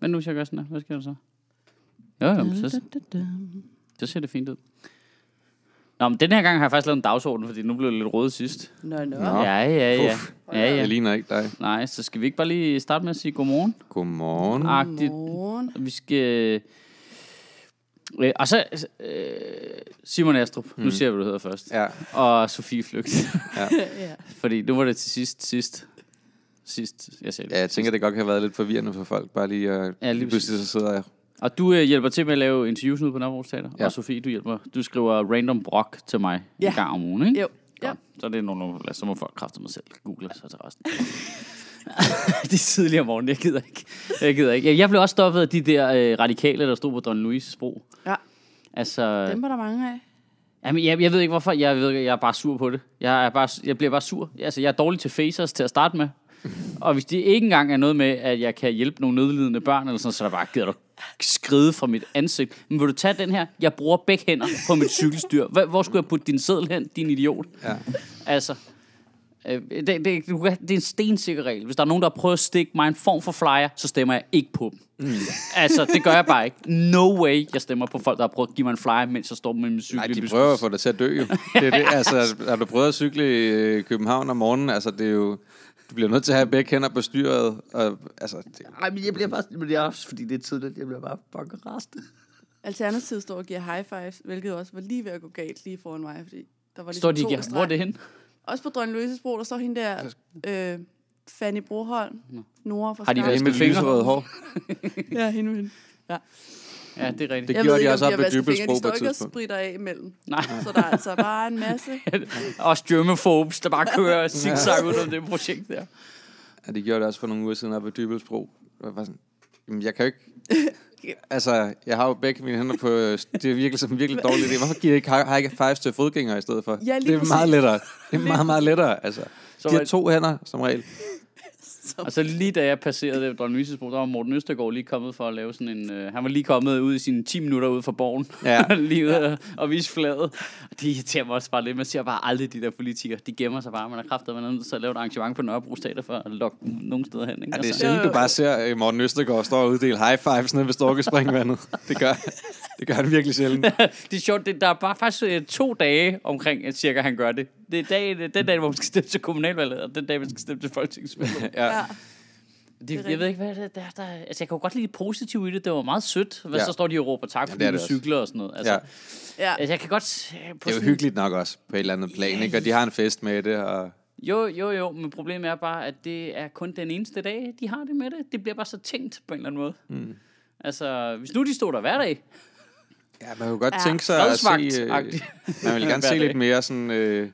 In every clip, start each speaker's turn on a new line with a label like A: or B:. A: Men nu hvis jeg gør sådan her, hvad sker der så? Jo, jo, men så, så ser det fint ud. Nå, men den her gang har jeg faktisk lavet en dagsorden, fordi nu blev det lidt rødt sidst.
B: Nå, nå.
A: Ja,
B: Ja.
A: ja, ja.
C: Uf.
A: Ja,
C: Jeg
A: ja.
C: ligner ikke dig.
A: Nej, så skal vi ikke bare lige starte med at sige godmorgen?
C: Godmorgen.
A: Agtigt.
B: Godmorgen.
A: Vi skal... Øh, og så øh, Simon Astrup, mm. nu ser jeg, hvad du hedder først.
C: Ja.
A: Og Sofie Flygt.
B: ja.
A: Fordi nu var det til sidst, sidst, sidst, jeg sagde det.
C: ja, jeg tænker, det godt kan have været lidt forvirrende for folk. Bare lige, uh,
A: Ja, lige
C: pludselig så sidder jeg.
A: Og du øh, hjælper til med at lave interviews ude på Nørrebro Teater. Ja.
C: Ja.
A: Og Sofie, du hjælper. Du skriver random brok til mig ja.
B: Ja.
A: en gang om ugen, ikke?
B: Jo.
A: Godt.
B: Ja.
A: Så er det nogen, på plads. Så må folk kræfte mig selv. Google så til resten. det er tidligere om morgenen. Jeg gider ikke. Jeg gider ikke. Jeg blev også stoppet af de der øh, radikale, der stod på Don Luis' bro.
B: ja.
A: Altså,
B: Dem var der mange af.
A: Jamen, jeg, jeg ved ikke hvorfor. Jeg, ved, ikke, jeg er bare sur på det. Jeg, er bare, jeg bliver bare sur. Altså, jeg er dårlig til facers til at starte med. Og hvis det ikke engang er noget med, at jeg kan hjælpe nogle nødlidende børn, eller sådan, så er der bare, gider du skride fra mit ansigt. Men vil du tage den her? Jeg bruger begge hænder på mit cykelstyr. Hvor, hvor skulle jeg putte din seddel hen, din idiot?
C: Ja.
A: Altså, øh, det, det, du kan- det er en stensikker regel. Hvis der er nogen, der prøver at stikke mig en form for flyer, så stemmer jeg ikke på dem. Mm. Altså, det gør jeg bare ikke. No way, jeg stemmer på folk, der har prøvet at give mig en flyer, mens jeg står med min cykel.
C: Nej,
A: i
C: de
A: lyset.
C: prøver at få dig til at dø jo. Det er det. Altså, har du prøvet at cykle i øh, København om morgenen? Altså, det er jo... Du bliver nødt til at have begge hænder på styret. Og, altså, det,
D: Nej, men jeg bliver bare... Men det er også, fordi det er tidligt. Jeg bliver bare fucking rastet.
B: Alternativet står og giver high fives, hvilket også var lige ved at gå galt lige foran mig, fordi der var ligesom
A: Står de
B: to
A: ikke?
B: streg.
A: Hvor er det hen?
B: Også på Drønne Louise's bro, der står hende der, øh, Fanny Broholm, Nora fra
A: Har de
B: Skars.
C: det
A: vasket
C: er med
A: fingre?
C: lyserøde hår.
B: Ja, hende med hende.
A: Ja, det er rigtigt.
C: Det
B: Jeg
C: gjorde
B: ved
C: de
B: ikke,
C: også
B: om
C: op
B: de
C: ved
B: har vasket fingre.
C: Dybbølsbro
B: De
C: på
B: står
C: et
B: ikke og
C: tidspunkt.
B: spritter af imellem.
A: Nej.
B: Så der er altså bare en masse.
A: Også germaphobes, der bare kører zigzag ud om det projekt der.
C: Ja, det gjorde det også for nogle uger siden oppe ved Dybelsbro. Jeg var sådan, jamen, jeg kan jo ikke... altså, jeg har jo begge mine hænder på... Det er virkelig, som en virkelig dårlig idé. Hvorfor giver I ikke high high fives til fodgængere i stedet for?
B: lige
C: det er
B: præcis.
C: meget lettere. Det er meget, meget lettere, altså.
A: Så
C: Så de
A: var-
C: har to hænder, som regel.
A: Og så lige da jeg passerede det Dronning Lysesbro, der var Morten Østergaard lige kommet for at lave sådan en... Øh, han var lige kommet ud i sine 10 minutter ude fra borgen.
C: Ja.
A: lige ud og, og vise flaget. Og det irriterer mig også bare lidt. Man ser bare aldrig de der politikere. De gemmer sig bare. Man har kræfter, man er nødt til at lave et arrangement på Nørrebro Teater for at lokke dem nogen steder hen. Ikke?
C: Ja, det er
A: Altså,
C: sjældent, du bare ser øh, Morten Østergaard stå og uddele high fives nede ved Storkespringvandet. Det gør, det gør han virkelig sjældent.
A: det er sjovt, det, der er bare faktisk øh, to dage omkring, at cirka han gør det. Det er dagen, øh, den dag, hvor man skal stemme til kommunalvalget, og den dag, man skal stemme til folketingsvalget.
C: Ja.
B: Ja.
A: Det, jeg ved ikke, hvad det er, der... Altså, jeg kan jo godt lide det positive i det. Det var meget sødt. Hvad ja.
C: Ja.
A: så står de og råber tak, fordi
C: det er
A: ja, du
C: det også.
A: cykler og sådan noget. Altså,
C: ja.
A: ja.
B: Ja.
A: altså jeg kan godt... øh, På
C: Det er jo
A: sådan-
C: hyggeligt nok også, på et eller andet plan, ikke? Og de har en fest med det, og...
A: Jo, jo, jo, men problemet er bare, at det er kun den eneste dag, de har det med det. Det bliver bare så tænkt på en eller anden måde. Mm. Altså, hvis nu de stod der hver dag,
C: Ja, man kunne godt
B: Ja.
C: tænke sig at se... Øh,
A: Fredsvagt-agtigt.
C: man vil
A: Hver
C: gerne se
A: dag.
C: lidt mere sådan... Øh,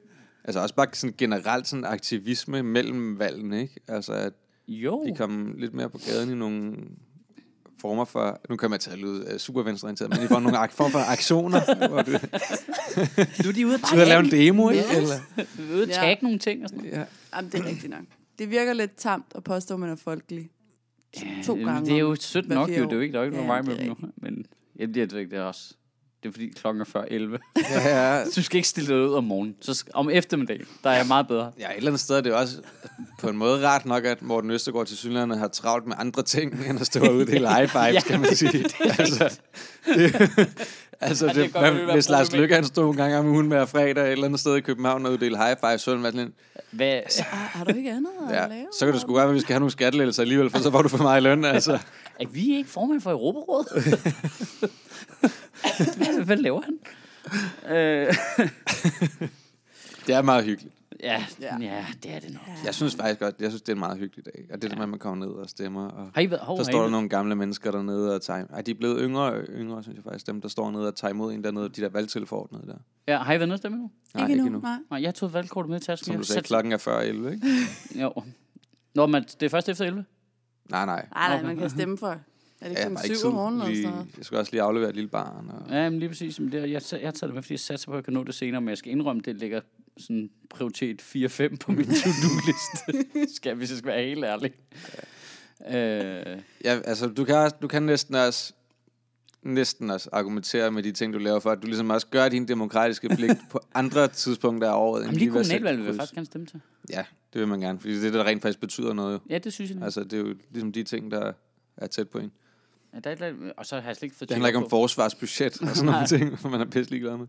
C: altså også bare sådan generelt sådan aktivisme mellem valgene, ikke? Altså at
A: jo.
C: de kom lidt mere på gaden i nogle former for... Nu kan man til at lyde øh, super venstreorienteret, men i form nogle ak- form for aktioner. Hvor det,
A: Nu er de ude at
C: du har lavet en
A: tagge,
C: demo, ikke?
B: Yes.
C: Eller?
A: ude at
B: Ja.
A: tagge nogle ting og sådan noget.
C: Ja.
B: Jamen, det er rigtigt nok. Det virker lidt tamt at påstå, at man er folkelig. To
A: Jamen,
B: gange
A: Det er
B: om
A: jo sødt
B: hver
A: nok, jo.
B: fjerde
A: Det er jo
B: år.
A: ikke, der er jo ikke
B: Ja,
A: nogen vej
B: det er
A: med dem nu. Men jeg bliver det ikke, det er også... Det er fordi klokken er før 11.
C: ja, ja.
A: Så du skal ikke stille dig ud om morgenen. Så sk- om eftermiddagen, der er jeg meget bedre.
C: Ja, et eller andet sted er det jo også på en måde rart nok, at Morten Østergaard til synligheden har travlt med andre ting, end at stå og uddele high fives,
A: Ja,
C: ja, kan man sige. Det altså, det, altså
A: Ja,
C: det,
A: det kan
C: det
A: godt
C: man,
A: være
C: hvis Lars
A: problematisk.
C: Lykke han stod en gang om ugen hver fredag et eller andet sted i København og uddelte high fives, så ville man sådan,
A: Hvad,
B: Har, har du ikke andet at
C: ja,
B: lave?
C: så kan du sgu godt være, at vi skal have nogle skattelettelser alligevel, for så får du for meget i løn. Altså.
A: er vi ikke formand for Europarådet? hvad, hvad laver han? Øh,
C: Det er meget hyggeligt.
A: ja,
B: Ja.
A: ja, det er det nok.
C: Jeg synes faktisk godt, jeg synes, det er en meget hyggelig dag. Og det er ja. det, man kommer ned og stemmer. Og
A: Har I været hov,
C: så
A: har I
C: står der
A: været-
C: nogle gamle mennesker dernede og tager... Ej, de er blevet yngre, og yngre, synes jeg faktisk. Dem, der står nede og tager imod en dernede, de der valgtilforordnede der.
A: Ja, har I været nede at stemme nu?
C: Nej,
B: ikke endnu. Nej.
A: Nej, jeg tog valgkortet med i tasken.
C: Som
A: Jeg
C: du sagde,
A: satte-
C: klokken er før 11, ikke?
A: Jo. Nå, men det er først efter 11.
C: Nej, nej.
B: Nej, nej,
A: Okay.
B: man kan stemme for. Er det
C: Ja,
B: klokken
C: jeg, ikke
B: syv
C: tid.
B: om morgenen eller sådan noget?
C: Lige, jeg skal også lige aflevere et lille barn. Og...
A: Ja, men lige præcis. Men det, er- jeg, jeg, jeg tager det med, fordi jeg satser på, at jeg kan nå det senere, men jeg skal indrømme, det ligger sådan prioritet 4-5 på min to-do-liste, skal, hvis jeg skal være helt ærlig. Øh,
C: Ja, altså, du kan, også- du kan næsten også næsten også argumentere med de ting, du laver for, at du ligesom også gør din demokratiske pligt på andre tidspunkter af året. end
A: Jamen, lige
C: lige ved at sætte
A: kommunalvalget vil jeg
C: kryds.
A: faktisk Mm. gerne stemme til.
C: Ja, det vil man gerne, fordi det er det, der rent faktisk betyder noget. jo.
A: Ja, det synes jeg. nemlig.
C: Altså, det er jo ligesom de ting, der er tæt på en.
A: Ja, der er et eller andet, og så har jeg slet ikke fået
C: Det handler ikke
A: tjekket
C: om forsvarsbudget og sådan nogle ting, hvor man er pisselig glad med.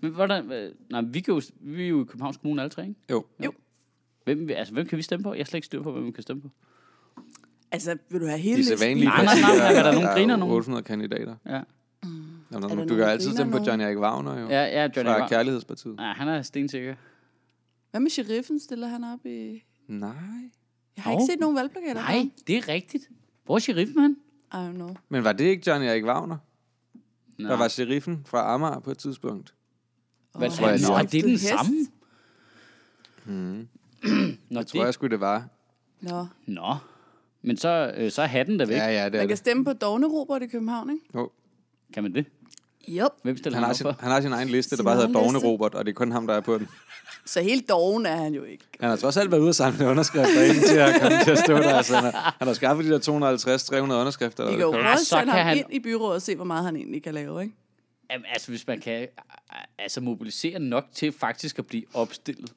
A: Men hvordan, øh, nej, vi, kan jo, vi er jo i Københavns Kommune alle tre, ikke?
C: Jo.
B: Jo.
A: Hvem, altså, hvem kan vi stemme på? Jeg har slet ikke styr på, hvem vi kan stemme på.
B: Altså, vil du have hele
C: De så vanlige
A: Nej, nej, nej,
C: partier,
A: men er der nogen
C: jo
A: griner nogen?
C: 800 kandidater.
A: Ja,
C: Nå,
B: der
C: nå, du
B: nogen
C: kan altid
B: griner
C: stemme på
B: nogen?
C: Johnny Erik Wagner, jo.
A: ja, ja Johnny
C: Fra
A: Var.
C: Kærlighedspartiet.
A: Nej, han er stensikker.
B: Hvad med sheriffen? Stiller han op i...
C: Nej.
B: Jeg har
A: Hov.
B: ikke set nogen valgplakater.
A: Nej, det er rigtigt. Hvor er sheriffen, han?
B: I don't know.
C: Men var det ikke Johnny Erik Wagner?
A: Nå.
C: Der var sheriffen fra Amager på et tidspunkt.
A: Hvad
B: Åh,
A: tror jeg,
B: han
A: Nå,
B: dræbte
A: det er den
B: en hest.
A: samme. Hmm. Nå,
C: Mm. Jeg tror jeg sgu, det var.
B: Nå.
A: Nå. Men så, øh, så er hatten der væk.
C: Ja,
A: Ja.
C: ja, det er
B: Man kan
C: det.
B: stemme på Dogne Robert i København, ikke?
C: Jo.
A: Kan man det?
B: Yep.
A: Hvem stiller
C: Han
A: han,
C: har,
A: han
C: sin,
A: for?
C: han har sin egen liste, der
B: Sin
C: bare hedder
B: egen
C: Dogne
B: liste.
C: Robert, og det er kun ham, der er på den.
B: Så helt doven er han jo ikke.
C: Han har trods alt været ude og samle underskrifter ind til at komme til at stå der. Altså, han, har, han har skaffet de der 250-300 underskrifter.
B: Vi
C: der
B: kan jo
C: kom.
B: prøve at
A: så
B: sende
A: kan
B: ham
A: han-
B: ind i byrådet og se, hvor meget han egentlig kan lave, ikke?
A: Jamen, altså, hvis man kan øh, altså, mobilisere nok til faktisk at blive opstillet,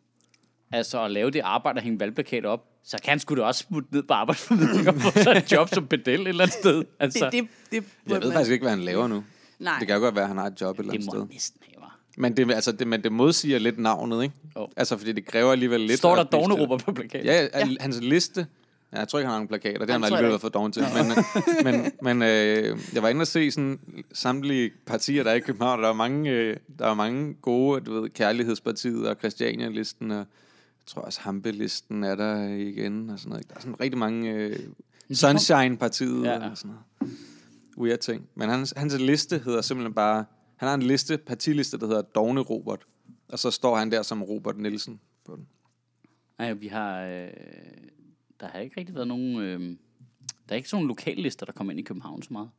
A: altså at lave det arbejde at hænge valgplakater op, så kan han sgu da også smutte ned på arbejdsformidling og få sig et job som pedel et eller andet sted. Altså,
B: Det,
A: det,
B: det, det
C: Jeg ved faktisk ikke, hvad han laver nu.
B: Nej.
C: Det kan jo godt være, at han har et job et eller
A: det
C: andet
A: må
C: sted.
A: han næsten have, var.
C: Men det, altså, det, men det modsiger lidt navnet, ikke?
A: Jo.
C: Altså, fordi det kræver alligevel lidt...
A: Står der
C: at blive stillet.
A: dognerober på plakaten?
C: Ja, ja, ja, hans liste. Ja, jeg tror ikke, han har nogen plakater. Det har han
B: tror
C: alligevel
B: jeg
C: været for doven til. Men, øh, men, men øh, jeg var inde og se sådan, samtlige partier, der er i København. og Der var mange, øh, der var mange gode, du ved, Kærlighedspartiet og Christiania-listen. Og jeg tror også, Hampe-listen er der igen. Og sådan noget. Der er sådan rigtig mange... Øh, Sunshine-partiet
A: Ja,
C: ja,
A: ja.
C: ja. og sådan noget. Weird ting. Men hans, hans liste hedder simpelthen bare... Han har en liste, partiliste, der hedder Dogne Robert. Og så står han der som Robert Nielsen på den.
A: Nej, vi har... Øh, der har ikke rigtig været nogen... Øh, der er ikke sådan nogle lokallister, der kommer ind i København så meget.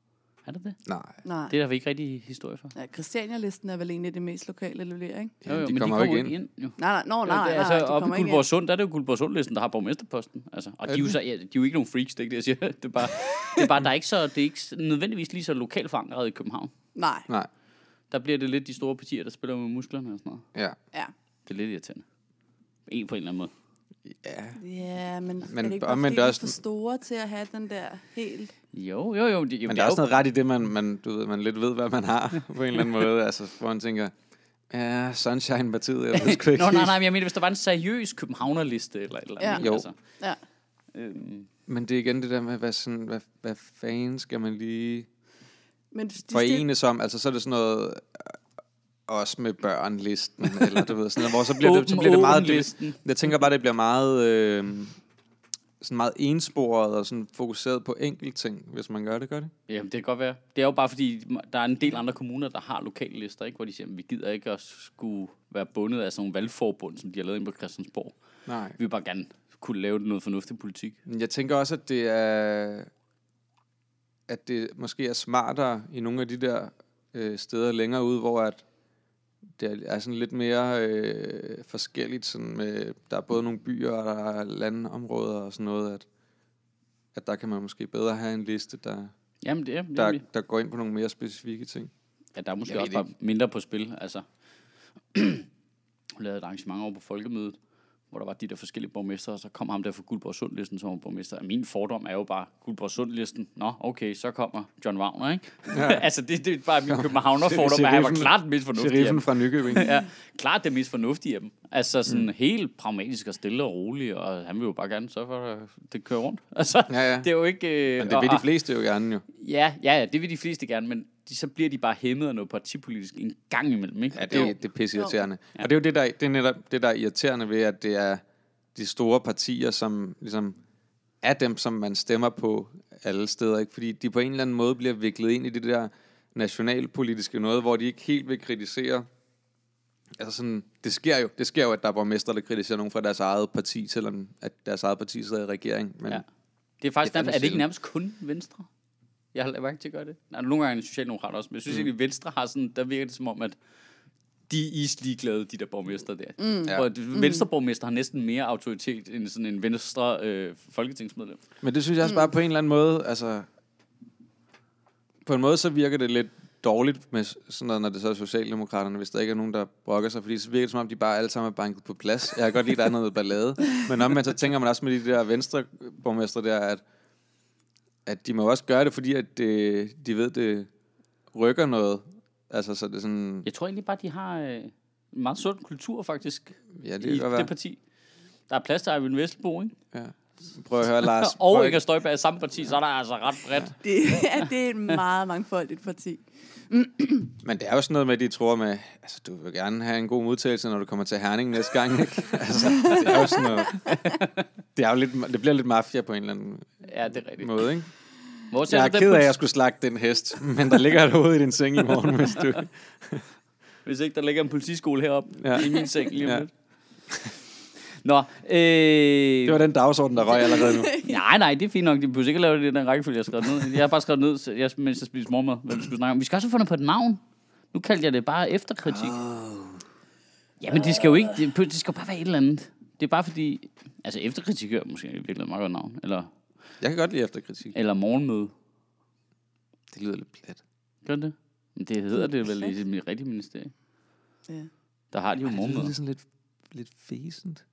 A: Er der det?
C: Nej.
B: Nej.
A: Det er der vi ikke rigtig historie for.
B: Ja, Christiania-listen er vel egentlig det mest lokale leverer, ikke?
C: Ja, de kommer jo ikke ind.
A: jo.
B: Nej, nej, nå, nej, nej,
A: det,
B: nej,
A: altså,
B: de
A: oppe
B: kommer
A: i
B: ikke
A: Guldborg Sund, der er det jo Guldborg Sundlisten, der har borgmesterposten. Altså, og de er, jo så, ja, de er jo ikke nogen freaks, det er ikke det, jeg siger. Det er bare, det er bare der er ikke så, det er ikke s- nødvendigvis lige så lokalt forankret i København.
B: ind. Nej,
C: Nej.
A: Der bliver det lidt de store partier, der spiller med musklerne og sådan noget.
C: Ja.
B: ja.
A: Det er lidt irriterende. En på en eller anden måde.
C: Ja.
B: Ja, men, men er
C: Men
B: det ikke
C: omvendt
B: bare, fordi,
C: også-
B: også... for store til at have den der helt...
A: Jo, jo, jo. Det, jo
C: Men
A: det
C: der er
A: jo-
C: også noget ret i det, man, man, du ved, man lidt ved, hvad man har på en eller anden måde. Altså, hvor man tænker, ja, Sunshine-partiet, jeg ved sgu ikke.
A: Nå, nej, nej, men jeg mener, hvis der var en seriøs københavnerliste eller et eller andet. ikke?
B: Ja.
A: Altså,
C: Jo.
B: Ja.
A: øhm,
C: Men det er igen det der med, hvad, sådan, hvad, hvad fanden skal man lige
B: Men de stil...
C: forenes om? Altså, så er det sådan noget, øh, os med børn-listen, eller du ved, sådan noget, hvor så bliver, det, så
A: Åben-
C: bliver det meget...
A: åben-listen.
C: Det, jeg tænker bare, det bliver meget... Øh, sådan meget ensporet og sådan fokuseret på enkelt ting, hvis man gør det, gør det?
A: Jamen, det kan godt være. Det er jo bare fordi, der er en del andre kommuner, der har lokale lister, ikke? hvor de siger, at vi gider ikke at skulle være bundet af sådan nogle valgforbund, som de har lavet ind på Christiansborg.
C: Nej.
A: Vi vil bare gerne kunne lave noget fornuftig politik.
C: Men Jeg tænker også, at det er at det måske er smartere i nogle af de der øh, steder længere ude, hvor at det er sådan lidt mere øh, forskelligt. Sådan med, der er både nogle byer, og der er landområder og sådan noget, at, at der kan man måske bedre have en liste, der,
A: Jamen, det er
C: der,
A: nemlig.
C: der går ind på nogle mere specifikke ting.
A: Ja, der er måske
C: Jeg
A: også
C: ved
A: bare mindre på spil. Altså, jeg lavede et arrangement over på Folkemødet, hvor der var de der forskellige borgmestre, og så kom ham der fra Guldborg Sundlisten som var borgmester. Og min fordom er jo bare, Guldborg Sundlisten, nå, okay, så kommer John Wagner, ikke? Ja. altså, det, det er bare min københavner-fordom, at han var
C: Sheriffen-
A: klart den mest fornuftige. af dem.
C: Sheriffen fra Nykøbing.
A: ja, klart det mest fornuftige af dem. Altså sådan mm. helt pragmatisk og stille og roligt, og han vil jo bare gerne sørge for, at det kører rundt. Altså,
C: Ja, ja.
A: det er jo ikke... Øh,
C: Men det vil
A: og-
C: de fleste jo gerne jo.
A: Ja, ja, ja, det vil de fleste gerne, men de, så bliver de bare hæmmet af noget partipolitisk en gang imellem, ikke?
C: Ja, det, er- det er pisse irriterende. Og det er jo det, der, det er netop det, der er irriterende ved, at det er de store partier, som ligesom er dem, som man stemmer på alle steder. Ikke? Fordi de på en eller anden måde bliver viklet ind i det der nationalpolitiske noget, hvor de ikke helt vil kritisere. Altså sådan, det sker jo, det sker jo at der er borgmestre, der kritiserer nogen fra deres eget parti, selvom at deres eget parti sidder i regering. Men
A: Ja. Det er faktisk
C: Det er
A: det er,
C: fandme
A: nærmest, er det ikke
C: sjældent.
A: nærmest kun Venstre? Jeg har lagt mærke til at gøre det. Nej, nogle gange er det Socialdemokrater også, men jeg synes
C: Mm.
A: egentlig, Venstre har sådan, der virker det som om, at de er islig glade, de der borgmester der. Mm.
C: Ja.
A: Og et venstreborgmester har næsten mere autoritet end sådan en venstre øh, folketingsmedlem.
C: Men det synes jeg også bare på en eller anden måde, altså... På en måde så virker det lidt dårligt med s- sådan noget, når det så er Socialdemokraterne, hvis der ikke er nogen, der brokker sig, fordi så virker det som om, de bare alle sammen er banket på plads. Jeg kan godt lide, at der er noget ballade. Men omvendt så tænker man også med de der venstreborgmestre der, at at de må også gøre det, fordi at det, de ved, det rykker noget. Altså, så det er sådan...
A: Jeg tror egentlig bare, de har øh, en meget sund kultur, faktisk,
C: Ja, det
A: i
C: kan godt
A: det
C: være.
A: parti. Der er plads til Arvind Vesselbo, ikke?
C: Ja. Prøv at høre, Lars. prøv
A: Og
C: at-
A: Inger Støjberg i samme parti, så er der altså ret bredt.
B: Det, ja, det er et meget mangfoldigt parti.
C: Men det er jo sådan noget med, at de tror med, altså, du vil gerne have en god modtagelse, når du kommer til Herning næste gang, ikke? altså, det er jo sådan noget... Det, er jo lidt, det bliver lidt mafia på en eller anden
A: Ja, det er rigtigt.
C: måde, ikke?
A: Vores
C: Jeg er
A: altså, den
C: ked af, at
A: politi-
C: jeg skulle slagte den hest, men der ligger et hoved i din seng i morgen, hvis du...
A: Hvis ikke der ligger en politiskole heroppe ja.
C: Ja.
A: i min seng lige om ja.
C: Ja.
A: lidt. Nå, øh...
C: Det var den dagsorden, der røg allerede nu.
A: Nej, nej, det er fint nok. De behøver ikke lave det i den rækkefølge, jeg har skrevet ned. Jeg har bare skrevet ned, så jeg, mens jeg spiste morgenmad, hvad vi skulle snakke om. Vi skal også have fundet på et navn. Nu kaldte jeg det bare efterkritik. Oh.
C: Ah.
A: Jamen, det skal jo ikke... Det, det skal jo bare være et eller andet. Det er bare fordi... Altså, efterkritik er måske virkelig et meget godt navn. Eller,
C: Jeg kan godt lide efterkritik.
A: eller morgenmøde.
C: Det lyder lidt plat.
A: Gør det? Men det hedder det vel i mit rigtige ministerie.
B: Ja.
A: Der har de jo morgenmøder.
C: sådan lidt, lidt fæsent.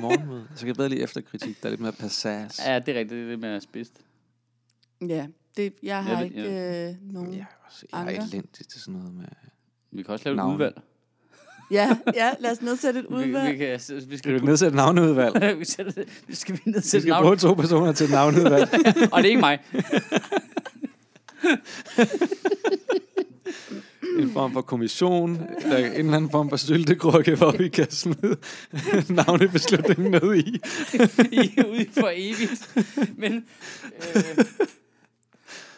C: Morgenmøde. Så kan jeg bedre lide efterkritik. Der er lidt mere passage.
A: Ja, det er rigtigt. Det er lidt mere spidst.
B: Ja, det, jeg har
A: det-
B: ikke øh, nogen...
C: Jeg
B: Ja.
C: er, også, jeg er
B: Anker.
C: elendig til sådan noget med...
A: Vi kan også lave et
C: Navne.
A: udvalg.
B: ja, ja, lad os nedsætte et
A: Vi, vi,
B: udvalg.
A: kan, så vi
C: Skal
A: skal
C: vi nedsætte navneudvalg?
A: vi sætter- vi skal vi ned
C: Vi
A: til
C: skal bruge to personer til et navneudvalg.
A: Og det er ikke mig.
C: en form for kommission, der er en eller anden form for syltekrukke, hvor vi kan smide navnebeslutningen ned i.
A: I er ude for evigt. Men, øh,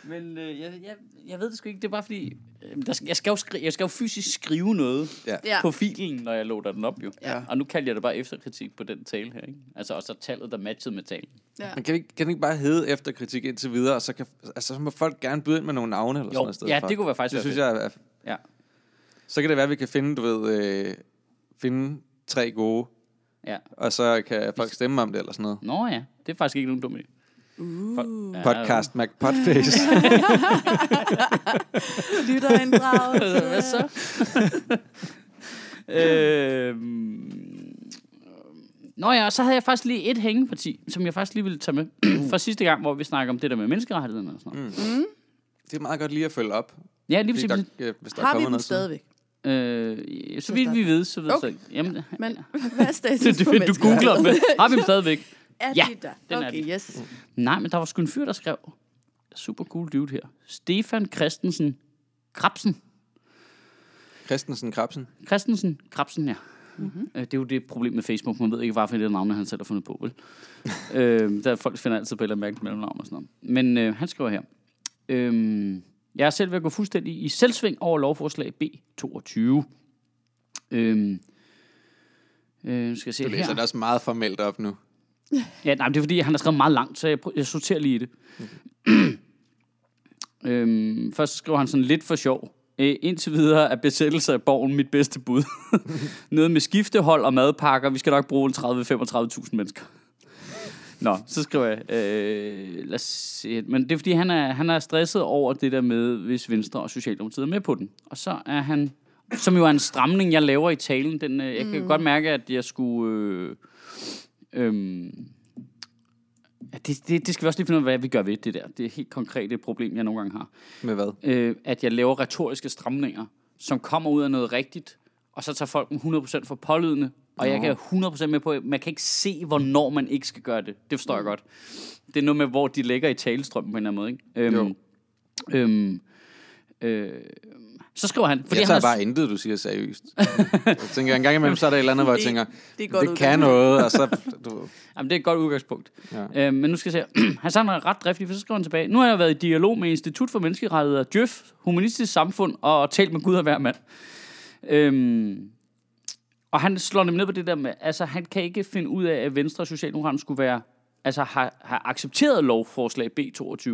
A: men øh, jeg, jeg, jeg ved det sgu ikke. Det er bare fordi, øh, der, skal- jeg, skal jo skri- jeg skal jo fysisk skrive noget
C: Ja.
A: ja. på filen, når jeg loader den op jo.
B: Ja.
A: Og nu kalder jeg det bare efterkritik på den tale her. Ikke? Altså, og så tallet, der matchede med talen.
B: Ja.
C: Men kan, det ikke, kan det ikke bare hedde efterkritik indtil videre, og så, kan, altså, så må folk gerne byde ind med nogle navne eller sådan noget sted
A: ja,
C: for.
A: det kunne være faktisk
C: Det
A: være
C: synes jeg er,
A: Ja.
C: Så kan det være, at vi kan finde, du ved, øh, finde tre gode,
A: Ja.
C: og så kan folk stemme om det eller sådan noget.
A: Nå ja, det er faktisk ikke nogen dum idé. Uh. Ja,
C: Podcast McPodface.
B: Lytterinddragelse.
A: Hvad så? øhm... Nå ja, og så havde jeg faktisk lige et hængeparti, som jeg faktisk lige ville tage med fra sidste gang, hvor vi snakkede om det der med menneskerettighederne og sådan noget. Mm.
C: det er meget godt lige at følge op,
A: Ja, lige
C: fordi
A: præcis.
C: der, øh, hvis der
B: Har vi
C: kommer
B: den
C: noget. sådan.
B: stadigvæk?
A: Øh, så vidt vi ved, så ved okay.
B: Okay.
A: så... Jamen, ja.
B: Men hvad er status
A: det,
B: på
A: det, du googler dem. Har vi dem stadigvæk?
B: Er
A: Ja,
B: de der?
A: den er
B: okay,
A: de.
B: yes.
A: Nej, men der var sgu en fyr, der skrev. Super cool dude her. Stefan Christensen Krabsen.
C: Christensen Krabsen.
A: Christensen Krabsen, ja.
C: Mhm.
A: Mm-hmm. Det er jo det problem med Facebook. Man ved ikke, hvorfor det er navnet, han selv har fundet på, vel? øh, der folk finder altid på et eller andet mærkeligt mellemnavn og sådan noget. Men øh, han skriver her. Øh, jeg er selv ved at gå fuldstændig i selvsving over lovforslag B22. Øh, øh, nu skal jeg se
C: Du læser
A: her.
C: det også meget formelt op nu.
A: Ja, nej, men det er fordi, han har skrevet meget langt, så jeg, prø- jeg sorterer lige i det. øhm, først skriver han sådan lidt for sjov. Øh, indtil videre er besættelse af borgen mit bedste bud. Noget med skiftehold og madpakker. Vi skal nok bruge en 30-35.000 mennesker. Nå, så skriver jeg, øh, lad os se. Men det er, fordi han er, han er stresset over det der med, hvis Venstre og Socialdemokratiet er med på den. Og så er han, som jo er en stramning, jeg laver i talen. Den, øh, jeg kan godt mærke, at jeg skulle... Øh, Øhm, ja, det, det, det skal vi også lige finde ud af, hvad vi gør ved det der. Det er helt konkret et problem, jeg nogle gange har.
C: Med hvad?
A: Øh, at jeg laver retoriske stramninger, som kommer ud af noget rigtigt, og så tager folk dem 100% for pålydende, og jeg kan 100% med på, at man kan ikke se, hvornår man ikke skal gøre det. Det
C: Mm.
A: forstår jeg godt. Det er noget med, hvor de ligger i talestrømmen på en eller anden måde. Ikke? Øhm,
C: Jo.
A: Øhm, øh, så skriver han...
C: Fordi jeg
A: han
C: tager
A: har-
C: bare intet, du siger seriøst. jeg tænker, en gang imellem, så er der et eller andet, hvor jeg
B: Det-
C: tænker,
B: det er
C: det,
B: godt
C: det kan noget, og så... Du,
A: Jamen, det er et godt udgangspunkt. Ja.
C: Ja.
A: Øh, men nu skal jeg se. her. han sagde, han er ret driftig, for så skriver han tilbage. Nu har jeg været i dialog med Institut for Menneskerettigheder, Djøf, Humanistisk Samfund og talt med Gud og hver mand. Øhm, og han slår nemlig ned på det der med, altså han kan ikke finde ud af, at Venstre og Socialdemokraterne skulle være, altså har, har accepteret lovforslag B22.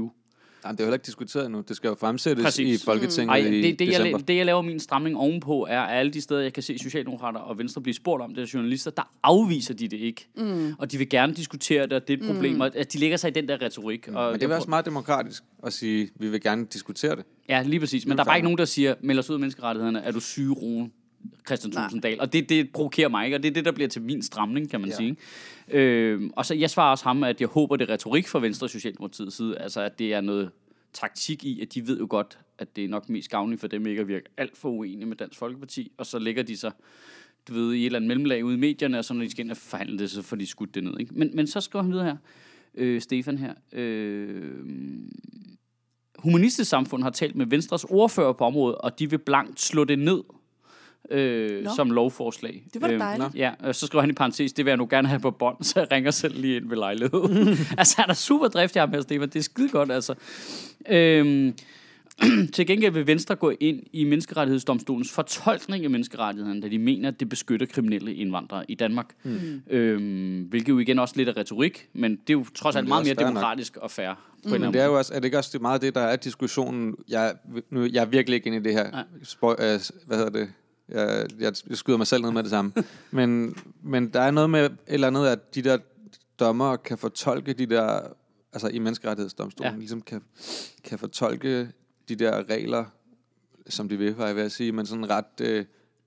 C: jamen, det er jo heller ikke diskuteret endnu. Det skal jo fremsættes
A: Præcis.
C: i Folketinget
A: Ej,
C: i
A: det, det, jeg,
C: december.
A: la- det, jeg laver min stramning ovenpå, er at alle de steder, jeg kan se Socialdemokrater og Venstre blive spurgt om, det er journalister, der afviser de det ikke. Mm. Og de vil gerne diskutere det, og det er et problem, mm. og at de lægger sig i den der retorik. Mm. Og
C: Men det er også meget demokratisk at sige, vi vil gerne diskutere det.
A: Ja, lige præcis. Men der er bare ikke nogen, der siger, meld os ud af menneskerettighederne, er du syge, Rune? Christian
B: Nej.
A: Tulsendal. Og det, det provokerer mig, ikke? Og det er det, der bliver til min stramning, kan man
C: Ja.
A: ja. sige. ikke? Øhm, og så jeg svarer også ham, at jeg håber, det er retorik fra Venstre og Socialdemokratiets side. Altså, at det er noget taktik i, at de ved jo godt, at det er nok mest gavnligt for dem ikke at virke alt for uenige med Dansk Folkeparti. Og så lægger de sig du ved, i et eller andet mellemlag ude i medierne, og så når de skal ind og forhandle det, så får de skudt det ned. Ikke? Men, men så skriver han videre her, øh, Stefan her. Øh, humanistisk samfund har talt med Venstres ordfører på området, og de vil blankt slå det ned øh,
B: Nå.
A: som lovforslag.
B: Det var da
A: Øhm,
B: dejligt.
A: Ja, og så skriver han i parentes, det vil jeg nu gerne have på bånd, så jeg ringer selv lige ind ved lejligheden. altså, han er super driftig ham her, Stefan. Det er skide godt, altså. Øhm, til gengæld vil Venstre gå ind i Menneskerettighedsdomstolens fortolkning af menneskerettighederne, da de mener, at det beskytter kriminelle indvandrere i Danmark.
C: Hmm.
A: Mm. Øhm, hvilket jo igen også lidt er retorik, men det er jo trods
C: Men
A: alt
C: det er
A: meget
C: også
A: mere
C: fair nok.
A: demokratisk og fair. På mm.
C: Men det er jo også, er det ikke også det meget det, der er diskussionen? Jeg, nu, jeg er virkelig ikke inde i det her. Spo, øh, hvad hedder det? Jeg, jeg, jeg skyder mig selv ned med det samme. men, men der er noget med et eller andet, at de der dommer kan fortolke de der, altså i menneskerettighedsdomstolen, ja.
A: Ja.
C: ligesom kan, kan fortolke de der regler, som de vil, var jeg ved at sige, men sådan ret øh,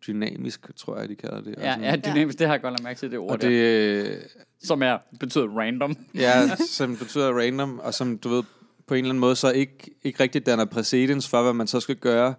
C: dynamisk, tror jeg, de kalder det. og
A: Ja,
C: sådan-
A: ja, dynamisk, det har jeg godt lagt mærke til, det ord
C: og
A: det... der,
C: det, øh,
A: som er, betyder random.
C: Ja, som betyder random, og som du ved, på en eller anden måde så ikke, ikke rigtig danner præcedens for, hvad man så skal gøre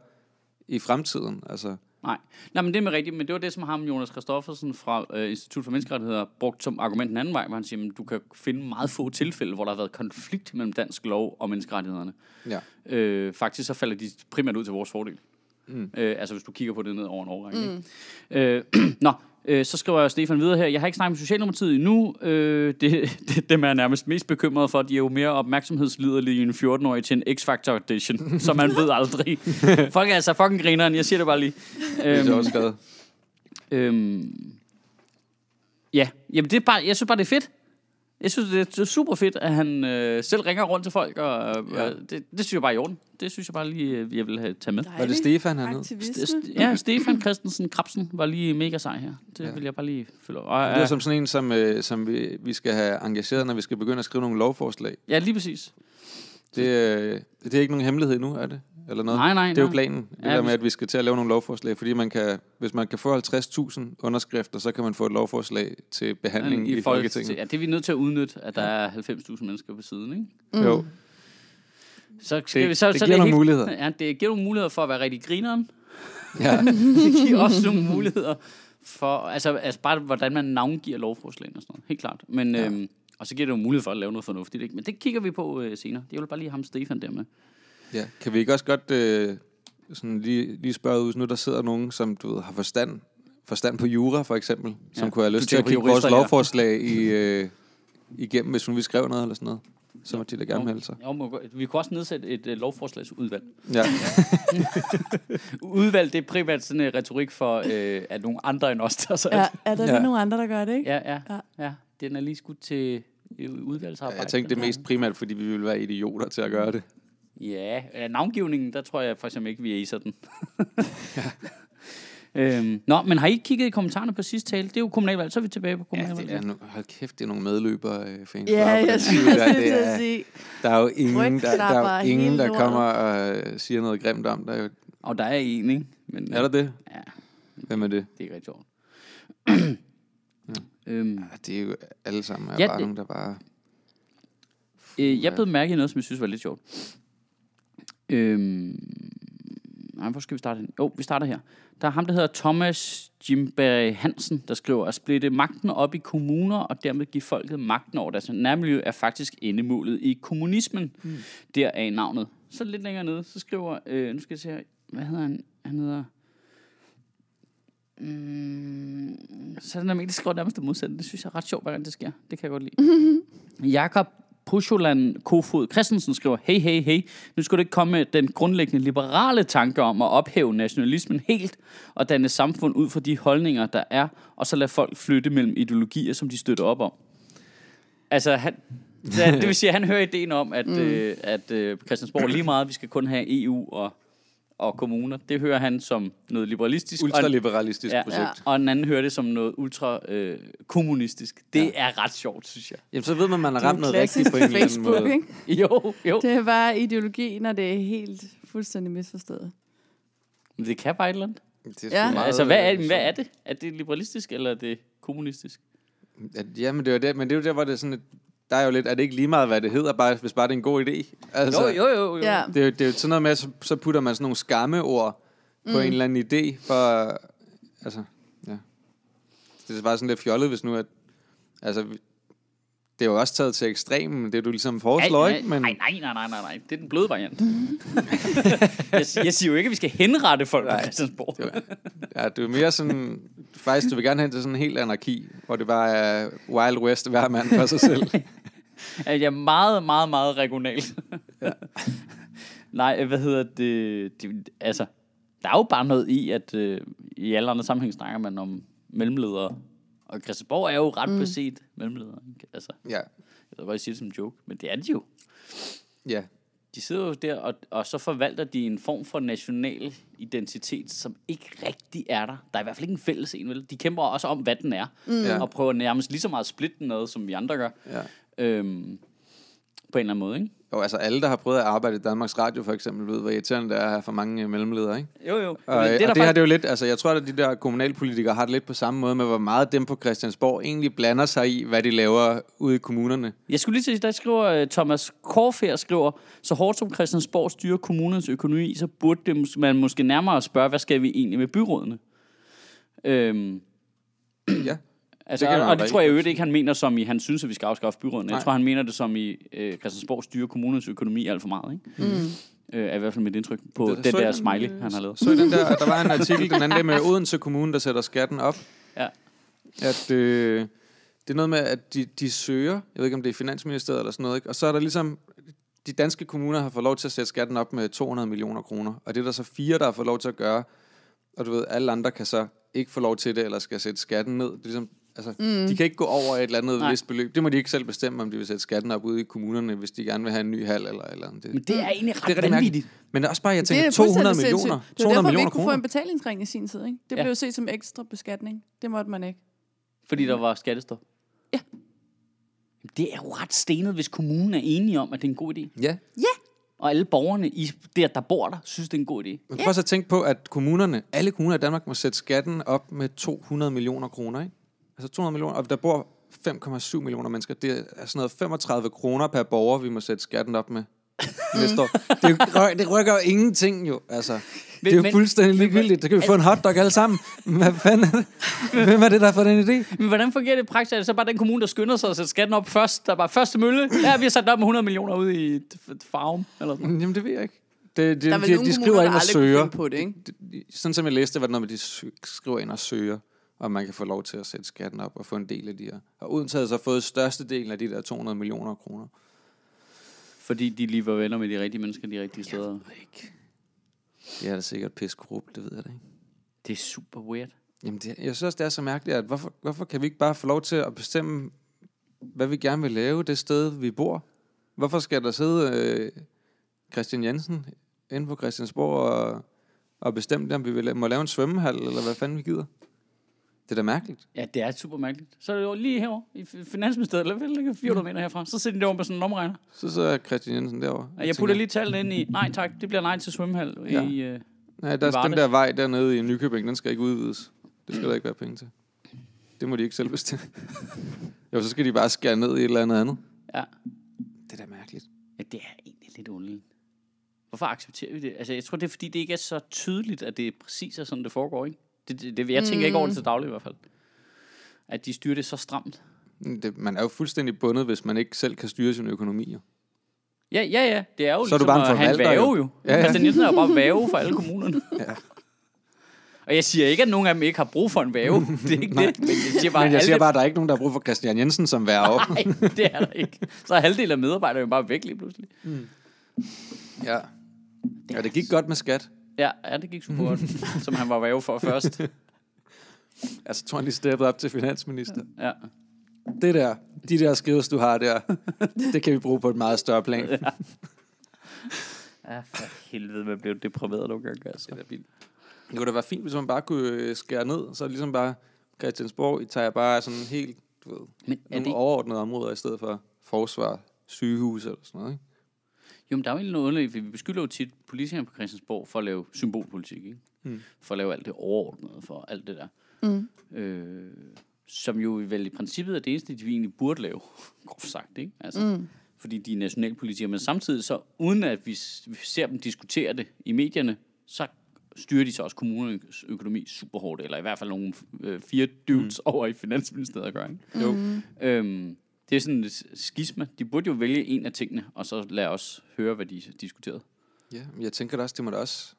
C: i fremtiden. Altså,
A: Nej. Nej, men det er med rigtigt, men det var det, som ham, Jonas Kristoffersen fra øh, Institut for Menneskerettigheder, brugt som argument den anden vej, hvor han siger, at du kan finde meget få tilfælde, hvor der har været konflikt mellem dansk lov og menneskerettighederne.
C: ja.
A: Øh, faktisk så falder de primært ud til vores fordel. Mm. Øh, altså hvis du kigger på det ned over en årrække. Mm. Øh, nå, øh, så skriver Stefan videre her. Jeg har ikke snakket med Socialdemokratiet endnu. Øh, det, det, dem er jeg nærmest mest bekymret for. De er jo mere opmærksomhedsliderlige end 14-årige til en X-Factor Edition, som man ved aldrig. Folk er altså fucking grineren, jeg siger det bare lige.
C: Det er
A: Øhm,
C: også skrevet.
A: Øhm, ja, Jamen, det er bare, jeg synes bare, det er fedt. Jeg synes, det er super fedt, at han øh, selv ringer rundt til folk, og øh,
C: Ja.
A: ja. det, det synes jeg bare er i orden. Det synes jeg bare lige, øh, jeg vil have tage med.
C: Var det Stefan hernede?
B: Aktivisme.
A: St- ja, Stefan Christensen Krabsen var lige mega sej her. Det
C: Ja.
A: ja. vil jeg bare lige følge op. Og,
C: Det er
A: øh,
C: som sådan en, som, øh, som vi, vi skal have engageret, når vi skal begynde at skrive nogle lovforslag.
A: ja, lige præcis.
C: Det, øh, det er ikke nogen hemmelighed endnu, er det? Eller noget?
A: Nej, nej,
C: Det er jo
A: nej.
C: planen, det
A: Ja,
C: der
A: vi-
C: med, at vi skal til at lave nogle lovforslag, fordi man kan, hvis man kan få 50.000 underskrifter, så kan man få et lovforslag til behandling i, i Folketinget.
A: Ja, det er vi nødt Øh, til at udnytte, at der er 90.000 mennesker på siden, ikke?
C: Mm. Jo.
A: Så skal
C: Det-
A: vi, så,
C: det
A: så
C: giver
A: er
C: nogle
A: helt-
C: muligheder.
A: Ja, det giver nogle muligheder for at være rigtig grineren.
C: Ja.
A: Det giver også nogle muligheder for, altså, altså bare hvordan man navngiver lovforslagene og sådan noget, helt klart. Men, ja. øhm, og så giver det jo mulighed for at lave noget fornuftigt, ikke? Men det kigger vi på øh, senere. Det er jo bare lige ham Stefan der med.
C: Ja, kan vi ikke også godt øh, sådan lige, lige spørge ud, hvis nu der sidder nogen, som du ved, har forstand, forstand på jura for eksempel, ja. som
A: Ja,
C: kunne have
A: du
C: lyst til at
A: tænker på
C: kigge vores
A: jurister, ja.
C: lovforslag i, øh, igennem, hvis nu vi skrev noget eller sådan noget. Så må de da gerne melde sig.
A: Jo, må, godt- vi kunne også nedsætte et øh, lovforslagsudvalg.
C: Ja.
A: Udvalg, det er primært sådan en retorik for, øh, at nogle andre end os, der så...
B: Ja, er der lige
C: Ja.
B: nogle andre, der gør det, ikke?
A: Ja, ja,
B: Ja.
A: ja, ja. Den er lige skudt til øh, udvalgsarbejde.
C: Jeg tænkte det er mest primært, fordi vi ville være idioter til at gøre det.
A: Ja, øh, navngivningen, der tror jeg for eksempel ikke, vi acer den. øhm, nå, men har I ikke kigget i kommentarerne på sidste tale? Det er jo kommunalvalg, så er vi tilbage på
C: Ja,
A: kommunalvalg.
C: det er no- hold kæft, det er nogle medløbere øh, fans.
B: Ja, jeg skulle
C: der,
B: også lige til
C: det
B: at
C: er,
B: sige.
C: der er jo ingen, der, der, er
B: Rygklapper,
C: jo ingen,
B: hele
C: der
B: lortet.
C: kommer og øh, siger noget grimt om dig.
A: Og der er en, ikke? Men,
C: Er der det?
A: Ja,
C: Hvem er det?
A: det er ikke rigtig sjovt. øhm,
C: Ja, Det er jo alle sammen er
A: Ja,
C: ja, bare
A: det-
C: nogen, der bare...
A: øh, jeg
C: ja.
A: blev mærke i noget, som jeg synes var lidt sjovt. Øhm, nej, hvor skal vi starte hen? Jo, vi starter her. Der er ham, der hedder Thomas Jimberg Hansen, der skriver, at splitte magten op i kommuner og dermed give folket magten over deres nærmiljø er faktisk endemålet i kommunismen. Mm. Deraf navnet. Så lidt længere nede, så skriver, øh, nu skal jeg se her, hvad hedder han? Han hedder... Mm, så er der nemlig, det skriver nærmest det modsatte. Det synes jeg er ret sjovt, hvordan det sker. Det kan jeg godt lide. Jakob Pusholan Kofod Christensen skriver, hey, hey, hey, nu skulle det ikke komme den grundlæggende liberale tanke om at ophæve nationalismen helt og danne samfund ud fra de holdninger, der er, og så lade folk flytte mellem ideologier, som de støtter op om. Altså, han, ja, det vil sige, at han hører ideen om, at, mm. øh, at øh, Christiansborg lige meget, vi skal kun have EU og, og kommuner. Det hører han som noget liberalistisk. og en-
C: Ultraliberalistisk
A: ja,
C: projekt.
A: ja, og en anden hører det som noget ultra-kommunistisk. det ja. er ret sjovt, synes jeg.
C: Jamen, så ved man, man har
B: Det er
C: ramt
B: jo
C: noget
B: klassisk
C: rigtigt på en eller anden
B: Facebook,
C: måde.
B: ikke?
A: Jo, jo.
B: Det er bare ideologi, når det er helt fuldstændig misforstået.
A: Men det kan bare et eller andet.
C: Det er sgu
B: Ja.
C: meget,
A: Altså, hvad er,
C: øh,
A: hvad er det? Er det liberalistisk, eller er det kommunistisk?
C: At, ja, men det er jo det, men det er jo der, hvor det er sådan, at der er jo lidt, er det ikke lige meget, hvad det hedder, bare, hvis bare det er en god idé? Altså,
A: jo,
B: Ja.
C: Det er, jo, det er jo sådan noget med, at så, så putter man sådan nogle skammeord på
B: Mm.
C: en eller anden idé, for, altså, ja. Det er bare sådan lidt fjollet, hvis nu, at, altså, vi- det er jo også taget til ekstremen, det du ligesom foreslår, ikke? Men,
A: Nej, nej, nej, nej, nej, nej. Det er den bløde variant. jeg, si- jeg siger jo ikke, at vi skal henrette folk på Christiansborg.
C: ja, det er jo mere sådan, faktisk, du vil gerne hen til sådan en helt anarki, hvor det bare er Wild West, hver mand for sig selv.
A: At jeg er meget, meget, meget regional. Nej, hvad hedder det? det? Altså, der er jo bare noget i, at øh, i alle andre sammenhæng snakker man om mellemledere. Og Christiansborg er jo ret mm. beset mellemledere. ikke? Altså,
C: ja,
A: jeg ved godt, jeg siger det som en joke, men det er de jo.
C: ja.
A: De sidder jo der, og, og så forvalter de en form for national identitet, som ikke rigtig er der. Der er i hvert fald ikke en fælles en, vel? De kæmper også om, hvad den er,
C: Ja.
A: mm. og prøver nærmest lige så meget at splitte den ad, som vi andre gør.
C: Ja.
A: Øhm, på en eller anden måde, ikke?
C: Jo, altså alle, der har prøvet at arbejde i Danmarks Radio, for eksempel, ved, hvor irriterende det er at have for mange øh, mellemledere, ikke?
A: Jo, jo.
C: Og, og det, her, det er jo lidt, altså jeg tror, at de der kommunalpolitikere har det lidt på samme måde med, hvor meget dem på Christiansborg egentlig blander sig i, hvad de laver ude i kommunerne.
A: Jeg skulle lige til, der skriver øh, Thomas Korfer skriver, så hårdt som Christiansborg styrer kommunens økonomi, så burde det, mås- man måske nærmere spørge, hvad skal vi egentlig med byrådene? Øhm,
C: Ja.
A: Altså,
C: Det kan
A: det
C: man
A: og
C: da
A: det tror jeg
C: ikke
A: jo ikke, han mener som i, han synes, at vi skal afskaffe byrådene.
C: Nej.
A: Jeg tror, han mener det som i, øh, Christiansborg styrer kommunens økonomi alt for meget, ikke? Mm. Øh, er i hvert fald mit indtryk på
C: Det-
A: det, den
C: så I
A: der
C: den,
A: smiley,
C: øh,
A: han har lavet.
C: Så I den der, der var en artikel den anden dag med Odense Kommune, der sætter skatten op.
A: Ja.
C: At, øh, det er noget med, at de, de søger, jeg ved ikke, om det er Finansministeriet eller sådan noget, ikke? og så er der ligesom, de danske kommuner har fået lov til at sætte skatten op med 200 millioner kroner, og det er der så fire, der har fået lov til at gøre, og du ved, alle andre kan så ikke få lov til det, eller skal sætte skatten ned. Det er ligesom, altså, mm. De kan ikke gå over et eller
A: Nej.
C: andet Nej. vist beløb. Det må de ikke selv bestemme, om de vil sætte skatten op ude i kommunerne, hvis de gerne vil have en ny hal eller et eller andet. Det,
A: Men det er egentlig
C: det
A: ret
C: er rigtig
A: vanvittigt.
C: mærkeligt. Men det er også bare, jeg tænker,
B: fuldstændig
C: 200
B: sindssygt.
C: millioner.
B: Det var
C: 200
B: derfor, vi
C: millioner
B: ikke kunne få
C: kroner.
B: en betalingsring i sin tid. Ikke? Det
A: Ja.
B: blev jo set som ekstra beskatning. Det måtte man ikke.
A: Fordi der var skattestop.
B: Ja.
A: Jamen, Det er jo ret stenet, hvis kommunen er enige om, at det er en god idé.
C: Ja.
A: Og alle borgerne, i, der, der bor der, synes, det er en god idé.
C: Men prøv så at tænke på, at kommunerne, alle kommuner i Danmark må sætte skatten op med 200 millioner kroner, ikke? Altså 200 millioner, og der bor 5,7 millioner mennesker. Det er sådan noget 35 kroner per borger, vi må sætte skatten op med. Næste år. Det, rykker, det rykker jo ingenting jo, altså. det er jo
A: men-
C: fuldstændig ligegyldigt. Der kan vi få en hotdog alle sammen. Hvad fanden er det? Hvem er det, der har fået den idé?
A: Men hvordan fungerer det i praksis? Er det så bare den kommune, der skynder sig at sætte skatten op først? Der er bare første mølle. Ja, vi har sat den op med 100 millioner ude i et- et farm. Eller sådan.
C: Jamen, det ved jeg ikke. Det, det,
B: Der er vel
C: de,
B: nogle kommuner,
C: de skriver
B: der
C: ind og
B: aldrig kunne
C: søger.
B: finde på det, ikke?
C: De- de- Sådan som jeg læste, var det noget med, at de sø- skriver ind og søger, om man kan få lov til at sætte skatten op og få en del af de her. Og Odense havde så fået størstedelen af de der 200 millioner kroner.
A: Fordi de lige var venner med de rigtige mennesker de rigtige steder.
C: Det er da sikkert pis korrupt, det ved jeg da ikke.
A: Det er super weird.
C: Jamen, det, jeg synes også, det er så mærkeligt, at hvorfor, hvorfor kan vi ikke bare få lov til at bestemme, hvad vi gerne vil lave det sted, vi bor? Hvorfor skal der sidde øh, Christian Jensen inde på Christiansborg og, og bestemme, om vi vil, la- må lave en svømmehal, eller hvad fanden vi gider? Det er da mærkeligt.
A: Ja, det er super mærkeligt. Så er det jo lige herovre i fi- Finansministeriet, eller vel, ligger 400 meter herfra. Så sidder de derovre med sådan en lomregner.
C: Så sidder Christian Jensen derovre.
A: Og jeg putter lige tallene ind i, nej tak, det bliver nej til svømmehal. Ja.
C: Ja.
A: I, øh,
C: Nej, der er
A: Varde.
C: den der vej dernede i Nykøbing, den skal ikke udvides. Det skal der ikke være penge til. Det må de ikke selv bestemme. jo, så skal de bare skære ned i et eller andet andet.
A: ja.
C: Det er da mærkeligt.
A: ja, det er egentlig lidt underligt. Hvorfor accepterer vi det? Altså, jeg tror, det er, fordi det ikke er så tydeligt, at det er præcis er sådan, det foregår, ikke? Det, det, det, jeg tænker mm. ikke over det til daglig i hvert fald. At de styrer det så stramt.
C: Det, man er jo fuldstændig bundet, hvis man ikke selv kan styre sin økonomi. jo.
A: Ja, ja, ja. Det er jo
C: Så er du
A: ligesom,
C: bare en
A: at han
C: forvalter,
A: væve jo.
C: jo.
A: jo. Ja,
C: Ja,
A: ja.
C: ja.
A: Christian Jensen er jo bare væve for alle kommunerne. Ja. Og jeg siger ikke, at nogen af dem ikke har brug for en væve. Det er ikke det. Men jeg siger bare,
C: Men jeg
A: alle
C: siger bare, at der er ikke nogen, der har brug for Christian Jensen som værge.
A: Nej, det er der ikke. Så er halvdelen af medarbejderne jo bare væk lige pludselig.
C: ja. ja, det gik godt med skat.
A: Ja, ja det gik super godt, som han var væve for først.
C: Altså, tror han lige steppet op til finansminister.
A: Ja.
C: Det der, de der skrives, du har der, det kan vi bruge på et meget større plan. Ja.
A: ja, for helvede, man blev deprimeret nogle gange. Altså.
C: Det er vildt. Det kunne da være fint, hvis man bare kunne øh, skære ned, så er det ligesom bare Christiansborg, I tager bare sådan helt, du ved,
A: Men er
C: nogle
A: det,
C: overordnede områder i stedet for forsvar, sygehus eller sådan noget, ikke?
A: Jo, men der er jo egentlig noget underligt, for vi beskylder jo tit politikerne på Christiansborg for at lave symbolpolitik, ikke? Mm. For at lave alt det overordnede, for alt det der. Mm. Øh, som jo vel i princippet er det eneste, de egentlig burde lave, groft sagt, ikke? Altså, mm. Fordi de er nationalpolitikere, men samtidig så, uden at vi s- vi ser dem diskutere det i medierne, så styrer de så også kommunernes økonomi super hårdt, eller i hvert fald nogle øh, fire dudes mm. over i Finansministeriet gør, ikke?
C: Jo.
A: Øhm, det er sådan et skisma. De burde jo vælge en af tingene, og så lade os høre, hvad de diskuterede.
C: Ja, men jeg tænker da også, det må da også